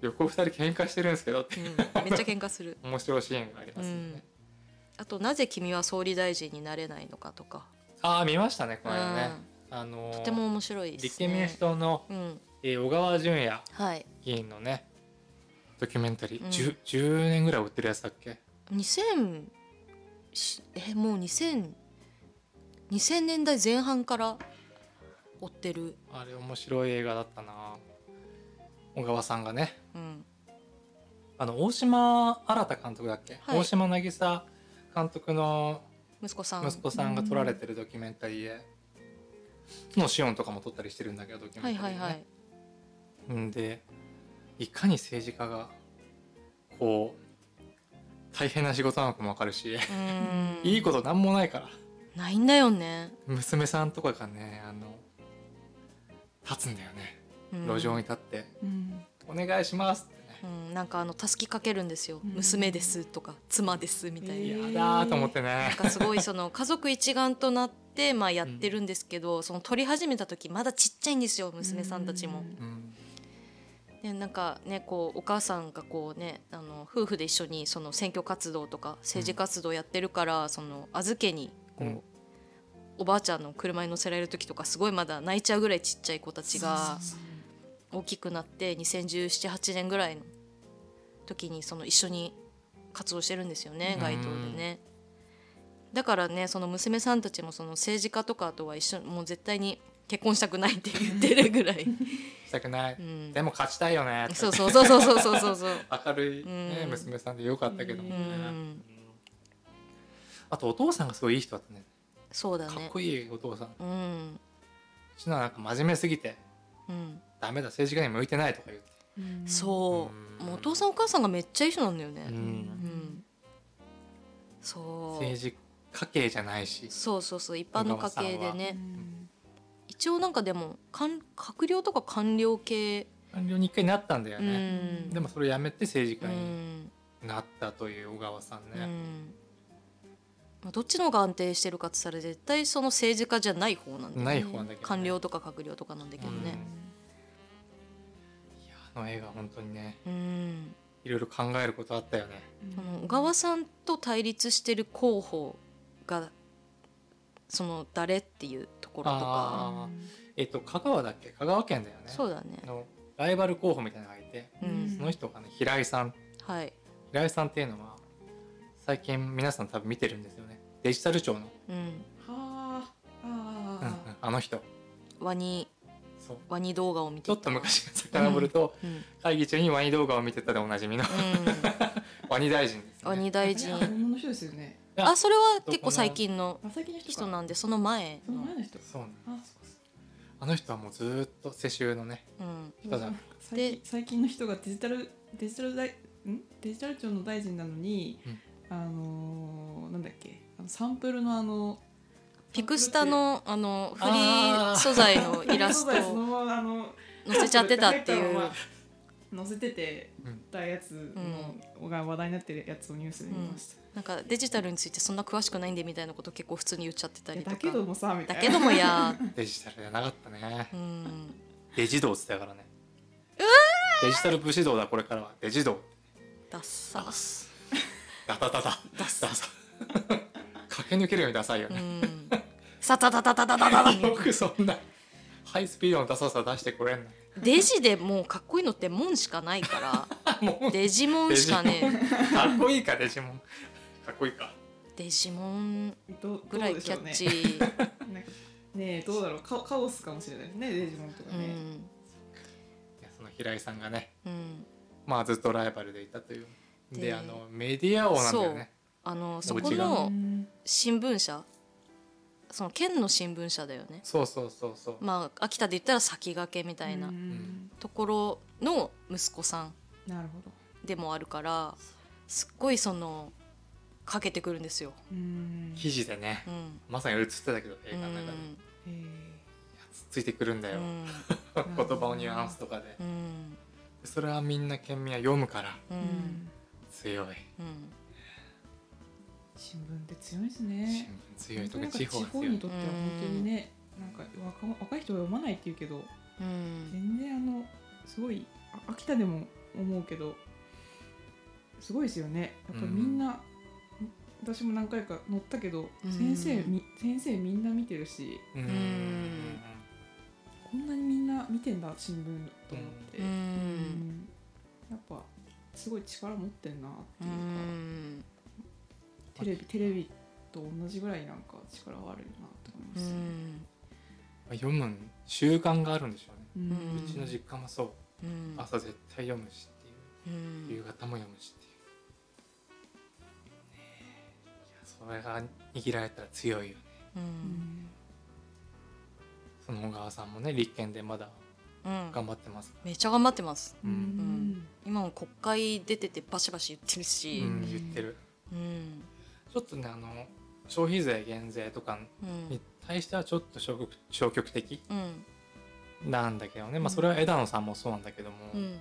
[SPEAKER 1] 横二人喧嘩してるんですけどって
[SPEAKER 2] うん、めっちゃ喧嘩する
[SPEAKER 1] 面白いシーンがありますよね、
[SPEAKER 2] うんあとなぜ君は総理大臣になれないのかとか、
[SPEAKER 1] ああ見ましたねこの間ね、
[SPEAKER 2] う
[SPEAKER 1] あのー
[SPEAKER 2] んとても面白いですね
[SPEAKER 1] 立憲民主党の、
[SPEAKER 2] うん
[SPEAKER 1] えー小川淳也
[SPEAKER 2] はい
[SPEAKER 1] 議員のねドキュメンタリー、
[SPEAKER 2] うん
[SPEAKER 1] 十 10, 10年ぐらい追ってるやつだっけ
[SPEAKER 2] 2000しえもう2000 2000年代前半から追ってる、
[SPEAKER 1] あれ面白い映画だったな小川さんがね
[SPEAKER 2] うん、
[SPEAKER 1] あの大島新監督だっけ、
[SPEAKER 2] はい
[SPEAKER 1] 大島渚監督の
[SPEAKER 2] 息子さん
[SPEAKER 1] 息子さんが撮られてるドキュメンタリーで「のシオン」とかも撮ったりしてるんだけどドキュ
[SPEAKER 2] は
[SPEAKER 1] メ
[SPEAKER 2] い
[SPEAKER 1] ンタ
[SPEAKER 2] は
[SPEAKER 1] リー、
[SPEAKER 2] い
[SPEAKER 1] ね
[SPEAKER 2] はい
[SPEAKER 1] うんでいかに政治家がこう大変な仕事なのかも分かるし、 [laughs]
[SPEAKER 2] うーん
[SPEAKER 1] いいことなんもないから
[SPEAKER 2] ないんだよね、
[SPEAKER 1] 娘さんとかがねあの立つんだよね
[SPEAKER 2] うん
[SPEAKER 1] 路上に立って
[SPEAKER 3] うん
[SPEAKER 1] 「お願いします」ってね
[SPEAKER 2] うん、なんかあのたすきかけるんですよ、
[SPEAKER 3] うん
[SPEAKER 2] 娘ですとか妻ですみたいな、
[SPEAKER 3] えー
[SPEAKER 1] やだーと思ってね
[SPEAKER 2] なんかすごいその家族一丸となってまあやってるんですけど、その撮り始めた時まだちっちゃいんですよ娘さんたちも。
[SPEAKER 1] うん
[SPEAKER 2] でなんかねこうお母さんがこうねあの夫婦で一緒にその選挙活動とか政治活動やってるから、その預けにこう、
[SPEAKER 1] うん
[SPEAKER 2] おばあちゃんの車に乗せられる時とかすごいまだ泣いちゃうぐらいちっちゃい子たちが大きくなって201718年ぐらいの時にその一緒に活動してるんですよね
[SPEAKER 1] うん
[SPEAKER 2] 街頭でね。だからねその娘さんたちもその政治家とかとは一緒もう絶対に結婚したくないって言ってるぐら
[SPEAKER 1] [laughs]
[SPEAKER 2] い、
[SPEAKER 1] したくない、
[SPEAKER 2] うん、
[SPEAKER 1] でも勝ちたいよねって
[SPEAKER 2] そうそうそうそうそうそうそう
[SPEAKER 1] [laughs]
[SPEAKER 2] そう
[SPEAKER 1] 明るい、ね
[SPEAKER 2] うん
[SPEAKER 1] 娘さんでよかったけどもね、
[SPEAKER 2] うん
[SPEAKER 1] うんあとお父さんがすごいいい人だったね
[SPEAKER 2] そうだ
[SPEAKER 1] かっ
[SPEAKER 2] ね
[SPEAKER 1] こいいお父さんう
[SPEAKER 2] うん
[SPEAKER 1] ちのはなんか真面目すぎて
[SPEAKER 2] うん
[SPEAKER 1] ダメだ政治家に向いてないとか言って、
[SPEAKER 2] そう
[SPEAKER 1] うん
[SPEAKER 2] もうお父さんお母さんがめっちゃ一緒なんだよ
[SPEAKER 1] う、
[SPEAKER 2] ねうんんそう
[SPEAKER 1] 政治家系じゃないし
[SPEAKER 2] そうそうそう一般の家系で
[SPEAKER 3] う
[SPEAKER 2] ね
[SPEAKER 3] ん
[SPEAKER 2] 一応なんかでもかん閣僚とか官僚系
[SPEAKER 1] 官僚に一回なったんだよ
[SPEAKER 2] う
[SPEAKER 1] ね、
[SPEAKER 2] ん
[SPEAKER 1] でもそれやめて政治
[SPEAKER 2] う
[SPEAKER 1] 家に
[SPEAKER 2] ん
[SPEAKER 1] なったという小川さん
[SPEAKER 2] う
[SPEAKER 1] ね、
[SPEAKER 2] んまあどっちの方が安定してるかって言ったら絶対その政治家じゃない方なんだよ
[SPEAKER 1] な
[SPEAKER 2] ね
[SPEAKER 1] い方なんだけどね、
[SPEAKER 2] 官僚とか閣僚とかなんだけどね
[SPEAKER 1] いやあの映画本当にね
[SPEAKER 2] うん
[SPEAKER 1] いろいろ考えることあったよね
[SPEAKER 2] その小川さんと対立してる候補がその誰っていうところとか
[SPEAKER 1] あえっと香川だっけ香川県だよね
[SPEAKER 2] そうだね
[SPEAKER 1] のライバル候補みたいなのがいて
[SPEAKER 2] う
[SPEAKER 1] そ
[SPEAKER 2] ん
[SPEAKER 1] の人がね平井さん
[SPEAKER 2] はい
[SPEAKER 1] 平井さんっていうのは最近皆さん多分見てるんですよねデジタル庁の、
[SPEAKER 2] うん
[SPEAKER 3] は
[SPEAKER 1] うんうん
[SPEAKER 3] あ
[SPEAKER 1] あの人
[SPEAKER 2] ワニ
[SPEAKER 1] そう
[SPEAKER 2] ワニ動画を見て
[SPEAKER 1] ちょ
[SPEAKER 2] た
[SPEAKER 1] っと昔から遡ると、
[SPEAKER 2] うんうん
[SPEAKER 1] 会議中にワニ動画を見てたでおなじみのワニ大臣です、ね、
[SPEAKER 2] ワニ大
[SPEAKER 3] あ
[SPEAKER 2] 臣
[SPEAKER 3] 女の人ですよね
[SPEAKER 2] あそれは結構最近の
[SPEAKER 3] あ最近の人
[SPEAKER 2] 人
[SPEAKER 3] か
[SPEAKER 2] なんでその前
[SPEAKER 3] その前の人
[SPEAKER 1] そうなん
[SPEAKER 3] あ
[SPEAKER 1] あの人はもうずーっと世襲のね
[SPEAKER 2] うん
[SPEAKER 1] 人だ
[SPEAKER 3] 最近最近の人がデジタルデジタル大んデジタル庁の大臣なのに、
[SPEAKER 1] うん
[SPEAKER 3] あのーなんだっけあのサンプルのあの
[SPEAKER 2] ピクスタのあのフリ
[SPEAKER 1] あ
[SPEAKER 2] ー
[SPEAKER 1] ー
[SPEAKER 2] 素材のイラスト
[SPEAKER 3] その
[SPEAKER 2] を
[SPEAKER 3] ままあの
[SPEAKER 2] 載せちゃってたってい
[SPEAKER 3] 入
[SPEAKER 2] う
[SPEAKER 3] たま載せてて
[SPEAKER 1] うん
[SPEAKER 3] たやつのが話題になってるやつをニュースで見ました、
[SPEAKER 2] なんかデジタルについてそんな詳しくないんでみたいなこと結構普通に言っちゃってた
[SPEAKER 3] い
[SPEAKER 2] り
[SPEAKER 3] や
[SPEAKER 2] とか
[SPEAKER 3] だけどもさみた
[SPEAKER 2] だ
[SPEAKER 3] いな
[SPEAKER 2] けどもや
[SPEAKER 1] デジタルじゃなかったね
[SPEAKER 2] [laughs] うん
[SPEAKER 1] [laughs] デジ道っつったからねデジタル武士道だこれからはデジ道
[SPEAKER 2] ダッサ
[SPEAKER 1] ダダダダ
[SPEAKER 2] ダッサ
[SPEAKER 1] ダサ [laughs] 駆け抜けるようにダサいよ
[SPEAKER 2] う
[SPEAKER 1] ね、
[SPEAKER 2] んさたたたたた
[SPEAKER 1] [laughs]
[SPEAKER 2] たた
[SPEAKER 1] よくそんなハイスピードのダサさ出してくれ [laughs] んな
[SPEAKER 2] デジでもうかっこいいのってもんしかない [laughs] から
[SPEAKER 1] も
[SPEAKER 2] デジモンしかね
[SPEAKER 1] かっこいいかデジモンかっこいいか
[SPEAKER 2] デジモン
[SPEAKER 3] ど
[SPEAKER 2] ぐら
[SPEAKER 3] どう
[SPEAKER 2] い
[SPEAKER 3] で
[SPEAKER 2] キ
[SPEAKER 3] しょ
[SPEAKER 2] ャ
[SPEAKER 3] うね
[SPEAKER 2] ッチー
[SPEAKER 3] なんかねえどうだろうカカオスかもしれないねデジモンとか
[SPEAKER 2] う
[SPEAKER 3] ね、
[SPEAKER 2] ん
[SPEAKER 1] いやその平井さんがね
[SPEAKER 2] うん
[SPEAKER 1] まあずっとライバルでいたというで
[SPEAKER 2] で
[SPEAKER 1] あのメディア王なんだよね
[SPEAKER 2] あのそ
[SPEAKER 1] おう
[SPEAKER 2] こ
[SPEAKER 1] ちが
[SPEAKER 2] の
[SPEAKER 3] ん
[SPEAKER 2] 新聞社その県の新聞社だよね
[SPEAKER 1] そうそうそうそう
[SPEAKER 2] まあ秋田で言ったら先駆けみたいな
[SPEAKER 3] うん
[SPEAKER 2] ところの息子さん
[SPEAKER 3] なるほど
[SPEAKER 2] でもあるからすっごいそのかけてくるんですよ。
[SPEAKER 3] うん
[SPEAKER 1] 記事でね
[SPEAKER 2] うん、
[SPEAKER 1] まさに映ってたけど映
[SPEAKER 2] う
[SPEAKER 1] 画の中で、
[SPEAKER 2] ん
[SPEAKER 3] へえ
[SPEAKER 1] つっついてくるんだ
[SPEAKER 2] う
[SPEAKER 1] よ、
[SPEAKER 2] ん
[SPEAKER 1] [laughs] 言葉のニュアンスとかで
[SPEAKER 2] うん
[SPEAKER 1] それはみんな県民は読むから
[SPEAKER 2] う
[SPEAKER 3] うんん
[SPEAKER 1] 強い
[SPEAKER 2] うん
[SPEAKER 3] 新聞って強いです
[SPEAKER 1] 新聞
[SPEAKER 3] ね
[SPEAKER 1] 強いとか
[SPEAKER 3] 本当
[SPEAKER 1] 地
[SPEAKER 3] にな
[SPEAKER 1] 方が
[SPEAKER 3] んか地方
[SPEAKER 1] 強い
[SPEAKER 3] にとっては本当にねなんか若若い人は読まないっていうけど
[SPEAKER 2] うん
[SPEAKER 3] 全然あのすごいあ秋田でも思うけどすごいですよねやっぱりみんな、私も何回か乗ったけど、
[SPEAKER 2] うん
[SPEAKER 3] 先生み先生みんな見てるし
[SPEAKER 1] うーん
[SPEAKER 2] ん
[SPEAKER 3] こんなにみんな見てんだ新聞と思って、
[SPEAKER 2] う
[SPEAKER 3] うんんやっぱすごい力持ってんなって
[SPEAKER 2] う
[SPEAKER 3] いうか、
[SPEAKER 2] ん
[SPEAKER 3] テレビテレビと同じぐらいなんか力はあるなと思いま
[SPEAKER 2] う
[SPEAKER 3] す、
[SPEAKER 2] ん
[SPEAKER 1] 読む習慣があるんでしょうね、
[SPEAKER 3] うん
[SPEAKER 1] うちの実家もそう
[SPEAKER 2] うん
[SPEAKER 1] 朝絶対読むしっていう
[SPEAKER 2] う
[SPEAKER 1] 夕
[SPEAKER 2] ん
[SPEAKER 1] 方も読むしっていう、ねえいやそれが握られたら強いよね
[SPEAKER 2] う
[SPEAKER 3] うんん
[SPEAKER 1] その小川さんもね立憲でまだ
[SPEAKER 2] うん
[SPEAKER 1] 頑張ってますから
[SPEAKER 2] めっちゃ頑張ってます。
[SPEAKER 1] う、
[SPEAKER 3] うんん
[SPEAKER 2] 今も国会出ててバシバシ言ってる
[SPEAKER 1] う
[SPEAKER 2] し、
[SPEAKER 1] ん言ってる
[SPEAKER 2] うん
[SPEAKER 1] ちょっとねあの消費税減税とか
[SPEAKER 2] うん
[SPEAKER 1] に対してはちょっと消極消極的
[SPEAKER 2] うん
[SPEAKER 1] なんだけどね、まあ、それは枝野さんもそうなんだけども、
[SPEAKER 2] うん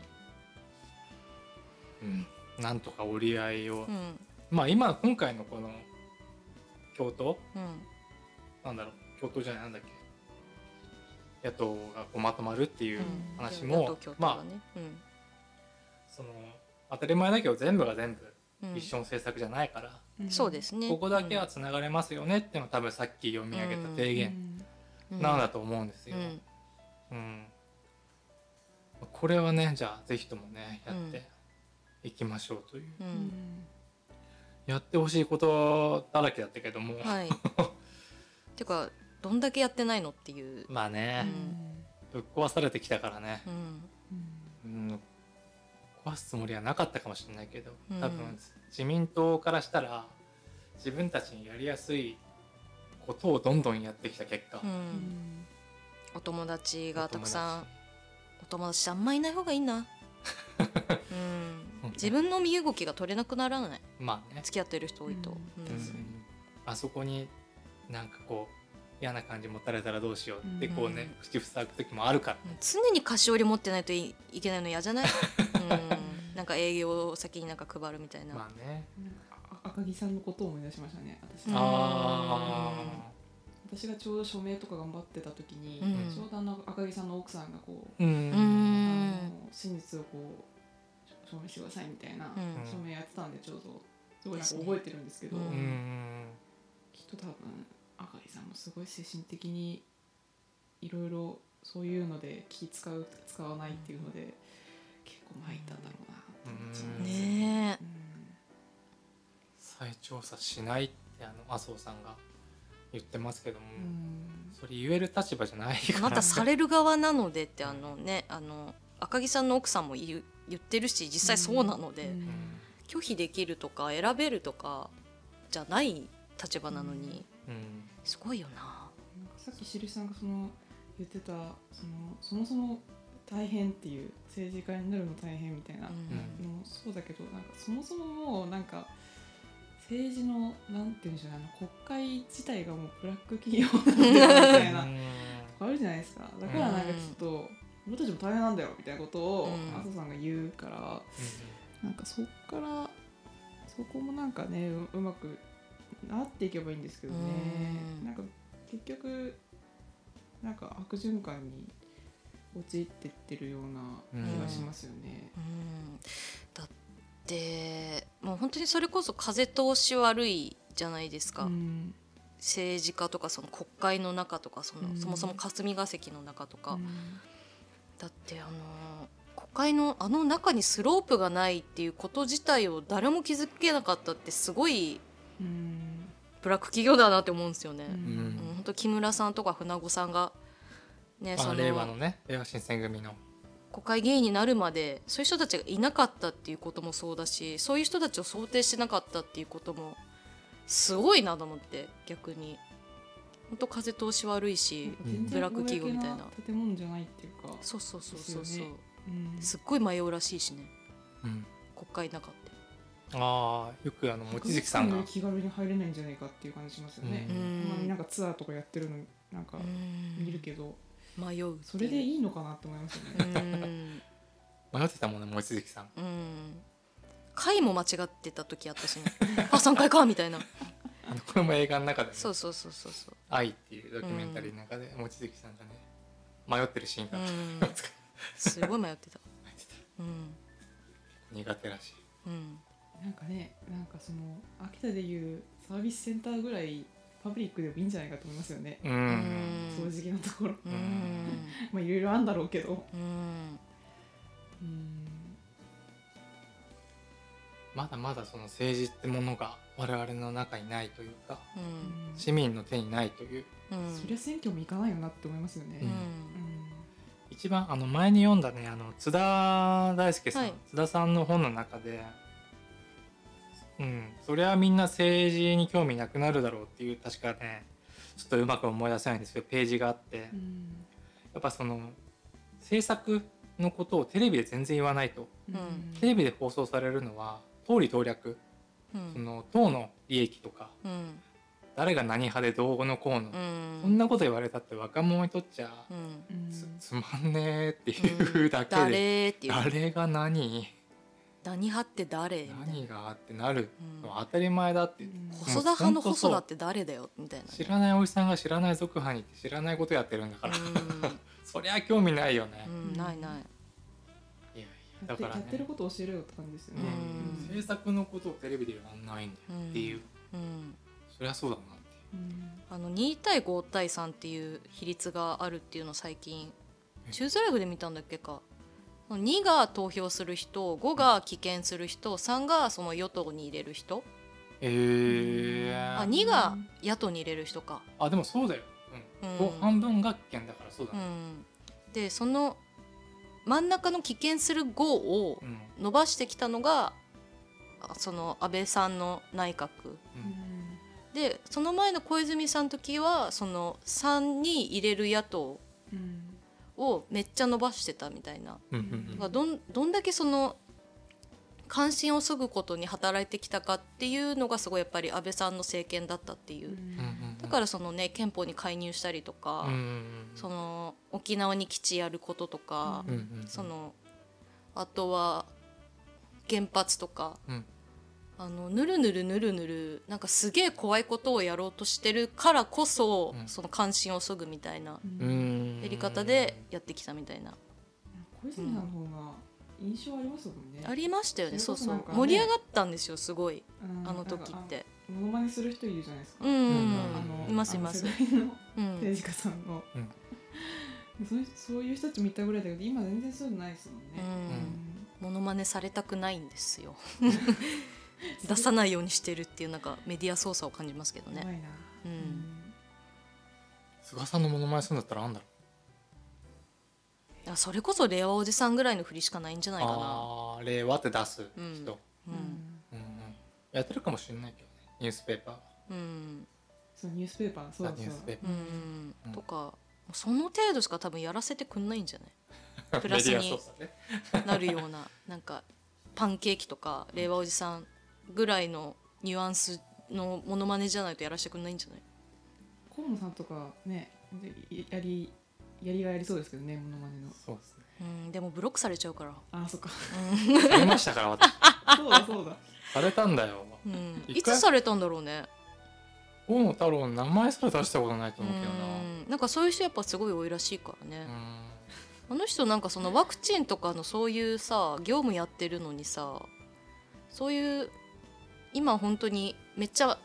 [SPEAKER 1] うんなんとか折り合いを、
[SPEAKER 2] うん
[SPEAKER 1] まあ今今回のこの共闘
[SPEAKER 2] うん
[SPEAKER 1] なんだろう共闘じゃないなんだっけ野党がこうまとまるっていう話も、まあ
[SPEAKER 2] あ
[SPEAKER 1] その当たり前だけど全部が全
[SPEAKER 2] うん
[SPEAKER 1] 部一緒の政策じゃないから、
[SPEAKER 3] うん
[SPEAKER 2] そうですね
[SPEAKER 1] ここだけはつながれますよねっていうのは多分さっき読み上げた提言なんだと思うんですよ。
[SPEAKER 2] うん
[SPEAKER 1] うんこれはねじゃあぜひともねやっ
[SPEAKER 2] うん
[SPEAKER 1] ていきましょうという、
[SPEAKER 2] う
[SPEAKER 3] うんん
[SPEAKER 1] やってほしいことだらけだったけども、 [laughs]
[SPEAKER 2] はいてかどんだけやってないのっていう
[SPEAKER 1] まあね
[SPEAKER 2] う、
[SPEAKER 1] ぶっ壊されてきたからね
[SPEAKER 2] う、ん
[SPEAKER 1] うん、壊すつもりはなかったかもしれないけど
[SPEAKER 2] うん
[SPEAKER 1] 多分自民党からしたら自分たちにやりやすいことをどんどんやってきた結果、
[SPEAKER 2] う
[SPEAKER 3] うんん
[SPEAKER 2] お友達
[SPEAKER 1] お友
[SPEAKER 2] が
[SPEAKER 1] 達
[SPEAKER 2] たくさんお友達ってあんまいない方がい
[SPEAKER 1] [laughs]
[SPEAKER 2] いなうん自分の身動きが取れなくならない
[SPEAKER 1] まあね、
[SPEAKER 2] 付き合ってる人多いと
[SPEAKER 3] うん
[SPEAKER 2] うん
[SPEAKER 1] うんあそこになんかこう嫌な感じ持たれたらどうしようってこうね、口塞ぐ時もあるから
[SPEAKER 2] うん常に菓子折り持ってないといいけないの嫌じ
[SPEAKER 1] [laughs]
[SPEAKER 2] ゃないうんなんか営業先になんか配るみたいな
[SPEAKER 1] まあね、
[SPEAKER 3] あ赤木さんのことを思い出しましたね私
[SPEAKER 2] うん
[SPEAKER 1] あ
[SPEAKER 3] 私がちょうど署名とか頑張ってた時に、
[SPEAKER 2] うん
[SPEAKER 3] ちょうどあの赤木さんの奥さんがこう、
[SPEAKER 1] ーう
[SPEAKER 2] うん
[SPEAKER 3] あ
[SPEAKER 2] ん
[SPEAKER 3] の真実をこう署名してくださいみたいな、
[SPEAKER 2] うん
[SPEAKER 3] 署名やってたんでちょうどすごいなんか覚えてるんですけど、
[SPEAKER 2] です
[SPEAKER 1] う
[SPEAKER 2] ね
[SPEAKER 1] ん
[SPEAKER 3] きっと多分赤木さんもすごい精神的にいろいろそういうので気使う使わないっていうので結構参ったんだろうなって思っちゃいます
[SPEAKER 2] ねえ
[SPEAKER 1] 再調査しないってあの麻生さんが言ってますけども、
[SPEAKER 3] うんうん
[SPEAKER 1] それ言える立場じゃないから
[SPEAKER 2] またされる側なのでってあのねあの赤木さんの奥さんも言う言ってるし実際そうなので、
[SPEAKER 3] うん
[SPEAKER 2] 拒否できるとか選べるとかじゃない立場なのに
[SPEAKER 1] うん
[SPEAKER 2] すごいよな。
[SPEAKER 3] なんかさっきしるさんがその言ってたそのそもそも大変っていう政治家になるの大変みたいな
[SPEAKER 2] う
[SPEAKER 3] の
[SPEAKER 2] ん
[SPEAKER 3] もそうだけどなんかそもそももうなんか政治のなんて言うんでしょうねあの国会自体がもうブラック企業なんだみたいな
[SPEAKER 1] うん
[SPEAKER 3] あるじゃないですかだからなんかちょっと、俺たちも大変なんだよみたいなことを
[SPEAKER 2] うん
[SPEAKER 3] 麻生さんが言うから、なんかそっからそこもなんかねううまくなっていけばいいんですけどね
[SPEAKER 2] うん
[SPEAKER 3] なんか結局なんか悪循環に陥ってってるような気がしますよね。
[SPEAKER 2] うんだってもう本当にそれこそ風通し悪いじゃないですか、
[SPEAKER 3] うん
[SPEAKER 2] 政治家とかその国会の中とかその、
[SPEAKER 3] うん
[SPEAKER 2] そもそも霞が関の中とか、
[SPEAKER 3] うん
[SPEAKER 2] だってあの国会のあの中にスロープがないっていうこと自体を誰も気づけなかったってすごい
[SPEAKER 3] うん
[SPEAKER 2] ブラック企業だなって思うんですよね。
[SPEAKER 3] うん
[SPEAKER 2] うん本当木村さんとか船子さんがね
[SPEAKER 1] あ
[SPEAKER 2] そ
[SPEAKER 1] 令和
[SPEAKER 2] の
[SPEAKER 1] のね令和新選組の
[SPEAKER 2] 国会議員になるまでそういう人たちがいなかったっていうこともそうだしそういう人たちを想定してなかったっていうこともすごいなと思って逆に本当風通し悪いし、
[SPEAKER 3] 全然
[SPEAKER 2] ブラック企業みたいな
[SPEAKER 3] 公建物じゃないっていうか、
[SPEAKER 2] そうそうそうそう
[SPEAKER 3] です
[SPEAKER 2] そう、
[SPEAKER 3] よねうん
[SPEAKER 2] すっごい迷うらしいしね
[SPEAKER 1] うん
[SPEAKER 2] 国会の中って。
[SPEAKER 1] ああよくあの望月さんが
[SPEAKER 3] 博物館より気軽に入れないんじゃないかっていう感じしますよね。
[SPEAKER 1] うん
[SPEAKER 3] たまになんかツアーとかやってるのなんか見るけど、
[SPEAKER 2] うん迷うっていう
[SPEAKER 3] それでいいのかなって思いますよね。
[SPEAKER 2] うん
[SPEAKER 1] 迷ってたもんね望月さん
[SPEAKER 2] うん回も間違ってた時あったしねあ3回かみたいな
[SPEAKER 1] あのこれも映画の中でね
[SPEAKER 2] そうそうそうそうそう
[SPEAKER 1] 「愛」っていうドキュメンタリーの中で望月さんがね迷ってるシーンが
[SPEAKER 2] うんすごい迷ってたうん
[SPEAKER 1] 苦手らしい
[SPEAKER 2] うん
[SPEAKER 3] なんかねなんかその秋田でいうサービスセンターぐらいパブリックでもいいんじゃないかと思いますよね、
[SPEAKER 1] う
[SPEAKER 2] うん
[SPEAKER 3] 正
[SPEAKER 2] ん
[SPEAKER 3] 直なと
[SPEAKER 2] [laughs]
[SPEAKER 3] ころ
[SPEAKER 2] うん
[SPEAKER 3] まあいろいろあるんだろうけど
[SPEAKER 2] うん
[SPEAKER 3] うん
[SPEAKER 1] まだまだその政治ってものが我々の中にないというか
[SPEAKER 2] うん
[SPEAKER 1] 市民の手にないという
[SPEAKER 2] うん
[SPEAKER 3] そりゃ選挙も行かないよなって思いますよね、
[SPEAKER 1] う
[SPEAKER 2] うんん
[SPEAKER 1] 一番あの前に読んだねあの津田大輔さん、
[SPEAKER 2] はい
[SPEAKER 1] 津田さんの本の中で「うんそりゃみんな政治に興味なくなるだろう」っていう確かねちょっとうまく思い出せないんですけどページがあって、
[SPEAKER 3] う
[SPEAKER 1] や
[SPEAKER 3] ん
[SPEAKER 1] っぱその政策のことをテレビで全然言わないと
[SPEAKER 3] う
[SPEAKER 2] うん
[SPEAKER 1] テレビで放送されるのは党利党略
[SPEAKER 2] う
[SPEAKER 1] そ
[SPEAKER 2] ん
[SPEAKER 1] の党の利益とか
[SPEAKER 2] うん
[SPEAKER 1] 誰が何派でどうのこうの、
[SPEAKER 2] うん
[SPEAKER 1] そんなこと言われたって若者にとっちゃ、
[SPEAKER 2] うん
[SPEAKER 3] うん
[SPEAKER 1] つつまんねえっていうだけで、
[SPEAKER 2] 誰っていう
[SPEAKER 1] 誰が何
[SPEAKER 2] 何派って誰みたい
[SPEAKER 1] 何がってなるの
[SPEAKER 2] な
[SPEAKER 1] は当たり前だって、
[SPEAKER 3] うん
[SPEAKER 2] 細田派の細田って誰だよみたいな
[SPEAKER 1] 知らないおじさんが知らない族派に行って知らないことやってるんだから、そりゃ興味ないよね
[SPEAKER 2] う、んうんないない
[SPEAKER 1] いやい
[SPEAKER 3] や
[SPEAKER 1] やだ
[SPEAKER 3] って
[SPEAKER 1] から
[SPEAKER 3] やってる
[SPEAKER 1] ね
[SPEAKER 3] ことを教えろよって感じですよね、
[SPEAKER 2] うん
[SPEAKER 1] 制作のことをテレビで言わないんだよっていう、
[SPEAKER 2] うん
[SPEAKER 1] そりゃそうだなって
[SPEAKER 3] うん
[SPEAKER 2] あの2対5対3っていう比率があるっていうのを最近チューズライフで見たんだっけか2が投票する人5が棄権する人3がその与党に入れる人
[SPEAKER 1] え
[SPEAKER 2] あ
[SPEAKER 1] ー、
[SPEAKER 2] 2が野党に入れる人か、
[SPEAKER 1] あでもそうだよ、うん
[SPEAKER 2] うん
[SPEAKER 1] こう半分が県だからそうだ
[SPEAKER 2] う
[SPEAKER 1] ね、
[SPEAKER 2] ん、でその真ん中の棄権する5を
[SPEAKER 1] うん
[SPEAKER 2] 伸ばしてきたのがあその安倍さんの内閣
[SPEAKER 3] うん
[SPEAKER 2] でその前の小泉さんの時はその3に入れる野党
[SPEAKER 3] うん
[SPEAKER 2] をめっちゃ伸ばしてたみたいな
[SPEAKER 1] うんうん
[SPEAKER 2] だからどんどんだけその関心をそぐことに働いてきたかっていうのがすごいやっぱり安倍さんの政権だったっていうう、
[SPEAKER 1] うんうんうん
[SPEAKER 2] だからそのね憲法に介入したりとか、
[SPEAKER 1] うんうんうん
[SPEAKER 2] その沖縄に基地やることとか、
[SPEAKER 1] うんうんうん
[SPEAKER 2] そのあとは原発とか
[SPEAKER 1] うん
[SPEAKER 2] あのぬるぬるぬるぬるなんかすげえ怖いことをやろうとしてるからこそ、
[SPEAKER 1] うん
[SPEAKER 2] その関心をそぐみたいな
[SPEAKER 1] うん
[SPEAKER 2] やり方でやってきたみたいな、
[SPEAKER 3] 小泉さんの方が印象ありますもんね、
[SPEAKER 2] ありましたよね
[SPEAKER 3] そ
[SPEAKER 2] そうう
[SPEAKER 3] いうこ
[SPEAKER 2] そ
[SPEAKER 3] とな
[SPEAKER 2] うん
[SPEAKER 3] か
[SPEAKER 2] 盛
[SPEAKER 3] ね
[SPEAKER 2] り上がったんですよすごい
[SPEAKER 3] うん
[SPEAKER 2] あの時
[SPEAKER 3] なん
[SPEAKER 2] っ
[SPEAKER 3] か
[SPEAKER 2] て。
[SPEAKER 3] あモノマネする人いるじゃないですか、
[SPEAKER 2] うん
[SPEAKER 1] うん
[SPEAKER 3] あの
[SPEAKER 2] いますいます
[SPEAKER 3] あの世代の
[SPEAKER 2] うん
[SPEAKER 3] 政治家さんの、
[SPEAKER 1] うん
[SPEAKER 3] でそういうそういう人たち見たぐらいだけど今全然そういうのないですもん
[SPEAKER 2] う
[SPEAKER 3] ね、
[SPEAKER 2] ん
[SPEAKER 3] ん
[SPEAKER 2] モノマネされたくないんですよ出さないようにしてるっていうなんかメディア操作を感じますけど
[SPEAKER 3] 怖
[SPEAKER 2] ね
[SPEAKER 3] いな、
[SPEAKER 2] うん
[SPEAKER 1] 菅さんのモノマネするんだったらあんだろ
[SPEAKER 2] あそれこそ令和おじさんぐらいの振りしかないんじゃ
[SPEAKER 1] う
[SPEAKER 2] ないかな
[SPEAKER 1] あー令和って出す人、
[SPEAKER 2] うんう
[SPEAKER 3] うん
[SPEAKER 2] ん
[SPEAKER 1] うんうんやってるかもしれないけどねニュースペーパーは
[SPEAKER 2] うん
[SPEAKER 3] そうニュースペーパーそうだ
[SPEAKER 1] あニュース
[SPEAKER 3] そう
[SPEAKER 1] ペー
[SPEAKER 3] だ
[SPEAKER 1] パ
[SPEAKER 2] うん
[SPEAKER 1] うん
[SPEAKER 2] とかその程度しか多分やらせてくんないんじゃないプラス
[SPEAKER 1] メディア
[SPEAKER 2] に
[SPEAKER 1] 操作ね
[SPEAKER 2] なるよう
[SPEAKER 3] [laughs]
[SPEAKER 2] ななんかパンケーキとか令和おじさんぐらいのニュアンスのモノマネじゃないとやらせてくんないんじゃない
[SPEAKER 3] 河野さんとかねでやりやりがいありそうですけどねモノマネの
[SPEAKER 1] そうですね
[SPEAKER 2] うんでもブロックされちゃうから
[SPEAKER 3] あ
[SPEAKER 2] [laughs]
[SPEAKER 3] ーそっか
[SPEAKER 1] されましたから私
[SPEAKER 3] そうだそうだ
[SPEAKER 1] されたんだよ
[SPEAKER 2] うん、うん、
[SPEAKER 1] 一
[SPEAKER 2] い
[SPEAKER 1] 回
[SPEAKER 2] つされたんだろうね
[SPEAKER 1] 大野太郎の名前すら出したことないと思うけどな
[SPEAKER 2] うんなんかそういう人やっぱすごい多いらしいからね、
[SPEAKER 1] うん
[SPEAKER 2] あの人なんかそのワクチンとかのそういうさ業務やってるのにさそういう今本当にめっちゃ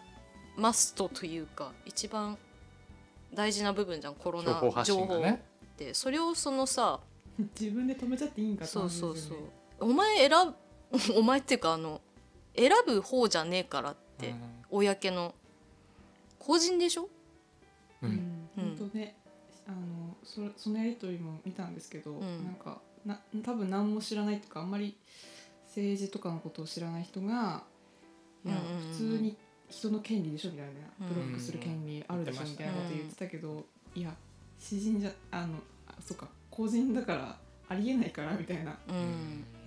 [SPEAKER 2] マストというか一番大事な部分じゃんコロ
[SPEAKER 1] 情
[SPEAKER 2] ナ
[SPEAKER 1] 報発
[SPEAKER 2] 情
[SPEAKER 1] 信
[SPEAKER 2] 報
[SPEAKER 1] が
[SPEAKER 2] っ
[SPEAKER 1] ね
[SPEAKER 2] て、それをそのさ
[SPEAKER 3] 自分で止めちゃっていいんか
[SPEAKER 2] そうそう
[SPEAKER 3] って
[SPEAKER 2] そう
[SPEAKER 3] 感じで
[SPEAKER 2] お前選ぶお前っていうかあの選ぶ方じゃねえからって、公の個人でしょ、
[SPEAKER 1] う
[SPEAKER 3] すよ
[SPEAKER 1] ん
[SPEAKER 3] ね
[SPEAKER 2] う
[SPEAKER 3] うんん本当ねあのそそのやりとりも見たんですけど、
[SPEAKER 2] ん
[SPEAKER 3] なんかな多分何も知らないっていうかあんまり政治とかのことを知らない人がいや
[SPEAKER 2] うんうんうん
[SPEAKER 3] 普通に人の権利でしょみたいな
[SPEAKER 2] うん
[SPEAKER 3] ブロックする権利あるでしょみたいなこと言ってたけど、いや詩人じゃあのあそうか個人だからありえないからみたいな、
[SPEAKER 2] うん
[SPEAKER 1] うん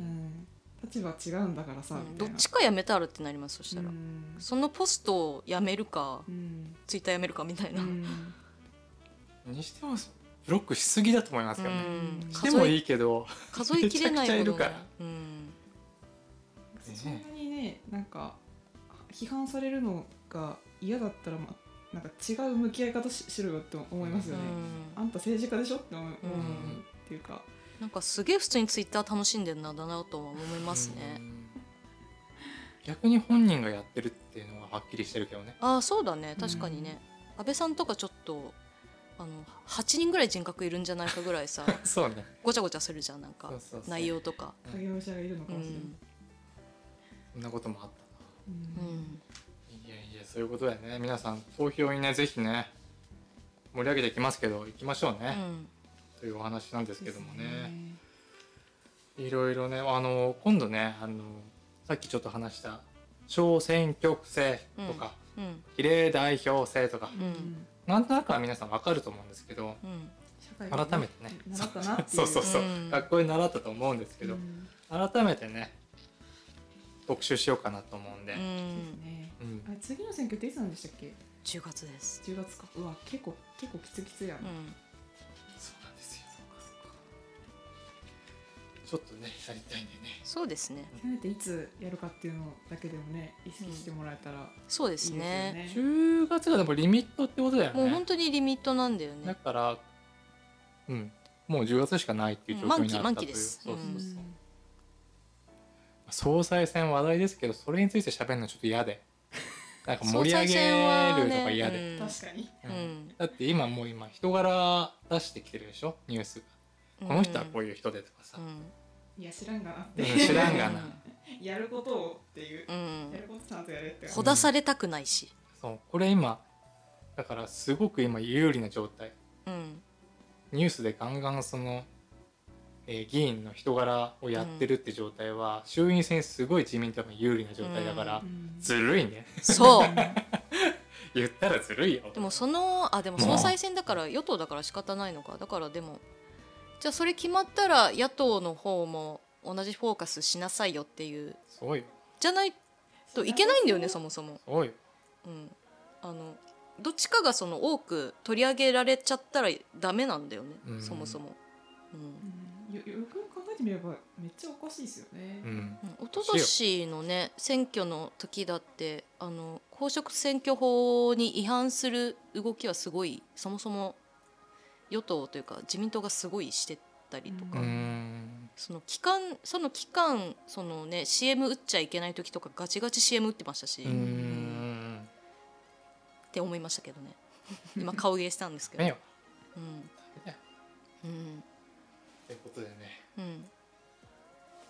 [SPEAKER 3] うん、立場違うんだからさ、
[SPEAKER 2] うん
[SPEAKER 3] みた
[SPEAKER 2] ど
[SPEAKER 3] い
[SPEAKER 2] っ
[SPEAKER 3] な
[SPEAKER 2] ちかやめたらってなりますそしたら、
[SPEAKER 3] うん
[SPEAKER 2] そのポストをやめるか
[SPEAKER 3] うん
[SPEAKER 2] ツイッターやめるかみたいな、
[SPEAKER 3] うん
[SPEAKER 1] にしてもブロックしすぎだと思いますけどね、
[SPEAKER 2] うん
[SPEAKER 1] して
[SPEAKER 2] 数
[SPEAKER 1] も
[SPEAKER 2] え
[SPEAKER 1] いいけど
[SPEAKER 2] 数えきれないほど
[SPEAKER 1] めちゃくちゃいるか
[SPEAKER 2] ね
[SPEAKER 1] ら
[SPEAKER 2] うん
[SPEAKER 3] そんなにねなんか批判されるのが嫌だったら、まあ、なんか違う向き合い方ししろよって思います
[SPEAKER 2] う
[SPEAKER 3] よね、
[SPEAKER 2] ん
[SPEAKER 3] あんた政治家でしょって思う、
[SPEAKER 2] うん
[SPEAKER 3] っていうか
[SPEAKER 2] なんかすげえ普通にツイッター楽しんでるなだなとは思いますね
[SPEAKER 1] う。ん逆に本人がやってるっていうのははっきりしてるけどね
[SPEAKER 2] ああそうだね確かにね、安倍さんとかちょっとあの8人ぐらい人格いるんじゃないかぐらいさ
[SPEAKER 1] そうね
[SPEAKER 2] ごちゃごちゃするじゃんなんか
[SPEAKER 1] そうそうそう
[SPEAKER 2] 内容とか。
[SPEAKER 1] うん
[SPEAKER 3] 影武者がいるの
[SPEAKER 2] う
[SPEAKER 3] かもしれない、
[SPEAKER 2] ん
[SPEAKER 1] そんなこともあっ
[SPEAKER 2] う
[SPEAKER 3] うん
[SPEAKER 2] ん
[SPEAKER 1] たないやいやそういうことだよね皆さん投票にねぜひね盛り上げていきますけど行きましょう
[SPEAKER 2] う
[SPEAKER 1] ね、
[SPEAKER 2] ん
[SPEAKER 1] というお話なんですけども
[SPEAKER 3] で
[SPEAKER 1] ねいろいろねあの今度ねあのさっきちょっと話した小選挙区制とか、
[SPEAKER 2] うん
[SPEAKER 1] 比例代表制とか、
[SPEAKER 3] すね
[SPEAKER 2] うん
[SPEAKER 1] なんとなくは皆さんわかると思うんですけど
[SPEAKER 2] うん
[SPEAKER 3] 社会
[SPEAKER 1] 改めてね
[SPEAKER 3] 習ったなってい
[SPEAKER 1] [laughs] そううそうそう、
[SPEAKER 2] うん
[SPEAKER 1] 学校で習ったと思うんですけど、
[SPEAKER 3] うん
[SPEAKER 1] 改めてね特集しようかなと思うんで、
[SPEAKER 2] う
[SPEAKER 3] そうんで
[SPEAKER 1] う
[SPEAKER 3] すね
[SPEAKER 1] ん
[SPEAKER 3] あれ次の選挙っていつなんでしたっけ
[SPEAKER 2] 10月です。
[SPEAKER 3] 10月かうわ結構結構きつきつや
[SPEAKER 2] う
[SPEAKER 3] な、
[SPEAKER 2] ん
[SPEAKER 1] そうなんですよちょっとねやりたいんでね
[SPEAKER 2] そうですね
[SPEAKER 3] せめていつやるかっていうのだけでもね意識してもらえたらいい
[SPEAKER 2] そうで
[SPEAKER 3] ですすよ
[SPEAKER 2] ね
[SPEAKER 3] ね,、
[SPEAKER 1] 10月がでもリミットってことだよ
[SPEAKER 2] もう本
[SPEAKER 1] ね
[SPEAKER 2] 当にリミットなんだよね。
[SPEAKER 1] だからうんもう10月しかないっていう状況になったという、
[SPEAKER 2] うん満期満期です
[SPEAKER 1] そうそう
[SPEAKER 3] うん
[SPEAKER 1] そう、総裁選話題ですけどそれについて喋るのちょっと嫌でなんか盛り上げるとか嫌で、
[SPEAKER 2] で
[SPEAKER 3] 確かに
[SPEAKER 2] うんうん
[SPEAKER 1] だって今もう今人柄出してきてるでしょニュースが
[SPEAKER 2] うん
[SPEAKER 1] この人はこういう人でとかさ
[SPEAKER 2] う、ん
[SPEAKER 3] いや知らんがなっ
[SPEAKER 1] うん
[SPEAKER 3] て
[SPEAKER 1] 知らんがな
[SPEAKER 3] やることをっていう、
[SPEAKER 2] うんうん
[SPEAKER 3] やることちゃんとやれって
[SPEAKER 2] ほだされたくないし、
[SPEAKER 1] そうこれ今だからすごく今有利な状態
[SPEAKER 2] うん
[SPEAKER 1] ニュースでガンガンその、えー議員の人柄をやってるって状態は、衆院選すごい自民党が有利な状態だから、
[SPEAKER 3] うん
[SPEAKER 1] ずるいね [laughs]
[SPEAKER 2] そう
[SPEAKER 1] 言ったらずるいよ
[SPEAKER 2] でもそのあでも総裁選だから与党だから仕方ないのかだからでもじゃあそれ決まったら野党の方も同じフォーカスしなさいよっていう
[SPEAKER 1] そうよ
[SPEAKER 2] じゃないといけないんだよねそもそも、
[SPEAKER 1] そうよ
[SPEAKER 2] うん、あのどっちかがその多く取り上げられちゃったらダメなんだよね、
[SPEAKER 1] うん
[SPEAKER 2] そもそも、う
[SPEAKER 3] うんんよよくよく考えてみればめっちゃおかしいですよね、
[SPEAKER 1] うん
[SPEAKER 2] うん、一昨年のね選挙の時だってあの公職選挙法に違反する動きはすごいそもそも与党というか自民党がすごいしてたりと
[SPEAKER 1] う
[SPEAKER 2] か、
[SPEAKER 1] ーん
[SPEAKER 2] その期間その期間そのね CM 打っちゃいけない時とかガチガチ CM 打ってましたし、
[SPEAKER 1] うーん
[SPEAKER 2] って思いましたけどね [laughs] 今顔芸したんですけど、
[SPEAKER 1] ねよ
[SPEAKER 2] うん
[SPEAKER 1] ね
[SPEAKER 2] うん
[SPEAKER 1] ということでね
[SPEAKER 2] うん、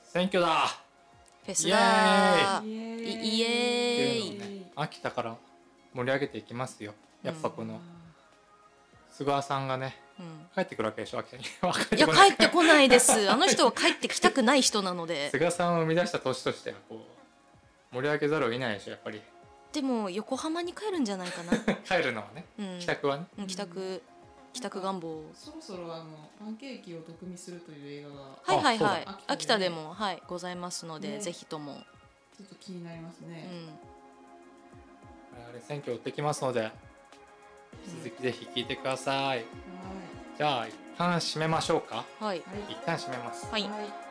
[SPEAKER 1] 選挙だ
[SPEAKER 2] フェスだー
[SPEAKER 3] イエー
[SPEAKER 2] いイエ
[SPEAKER 1] って
[SPEAKER 2] ー
[SPEAKER 1] いうのをね秋田から盛り上げていきますよやっぱこの菅さんがね
[SPEAKER 2] う
[SPEAKER 1] 帰ってくるわけでしょ秋田に [laughs] わか
[SPEAKER 2] ん、いや
[SPEAKER 1] こない
[SPEAKER 2] 帰ってこないです [laughs] あの人は帰ってきたくない人なので
[SPEAKER 1] [laughs] 菅さんを生み出した年としてはこう盛り上げざるを得ないでしょやっぱり [laughs]
[SPEAKER 2] でも横浜に帰るんじゃないかな、
[SPEAKER 1] 帰るのはね
[SPEAKER 2] うん、
[SPEAKER 1] 帰宅はね、
[SPEAKER 2] うん帰宅帰宅願望
[SPEAKER 3] そろそろあのパンケーキを毒味するという映画
[SPEAKER 2] は
[SPEAKER 3] が
[SPEAKER 2] いはいは
[SPEAKER 1] そう
[SPEAKER 2] い
[SPEAKER 3] だ
[SPEAKER 2] 秋田でもはいございますので、
[SPEAKER 3] ね
[SPEAKER 2] ぜひとも、
[SPEAKER 3] ちょっと気になります
[SPEAKER 2] う
[SPEAKER 3] ね、
[SPEAKER 2] ん、
[SPEAKER 1] 我々選挙追ってきますので続きぜひ聞いてください
[SPEAKER 3] はい
[SPEAKER 1] じじゃあ一旦締めましょうか
[SPEAKER 2] はい
[SPEAKER 3] はい
[SPEAKER 1] 一旦締めます
[SPEAKER 2] はい
[SPEAKER 3] はい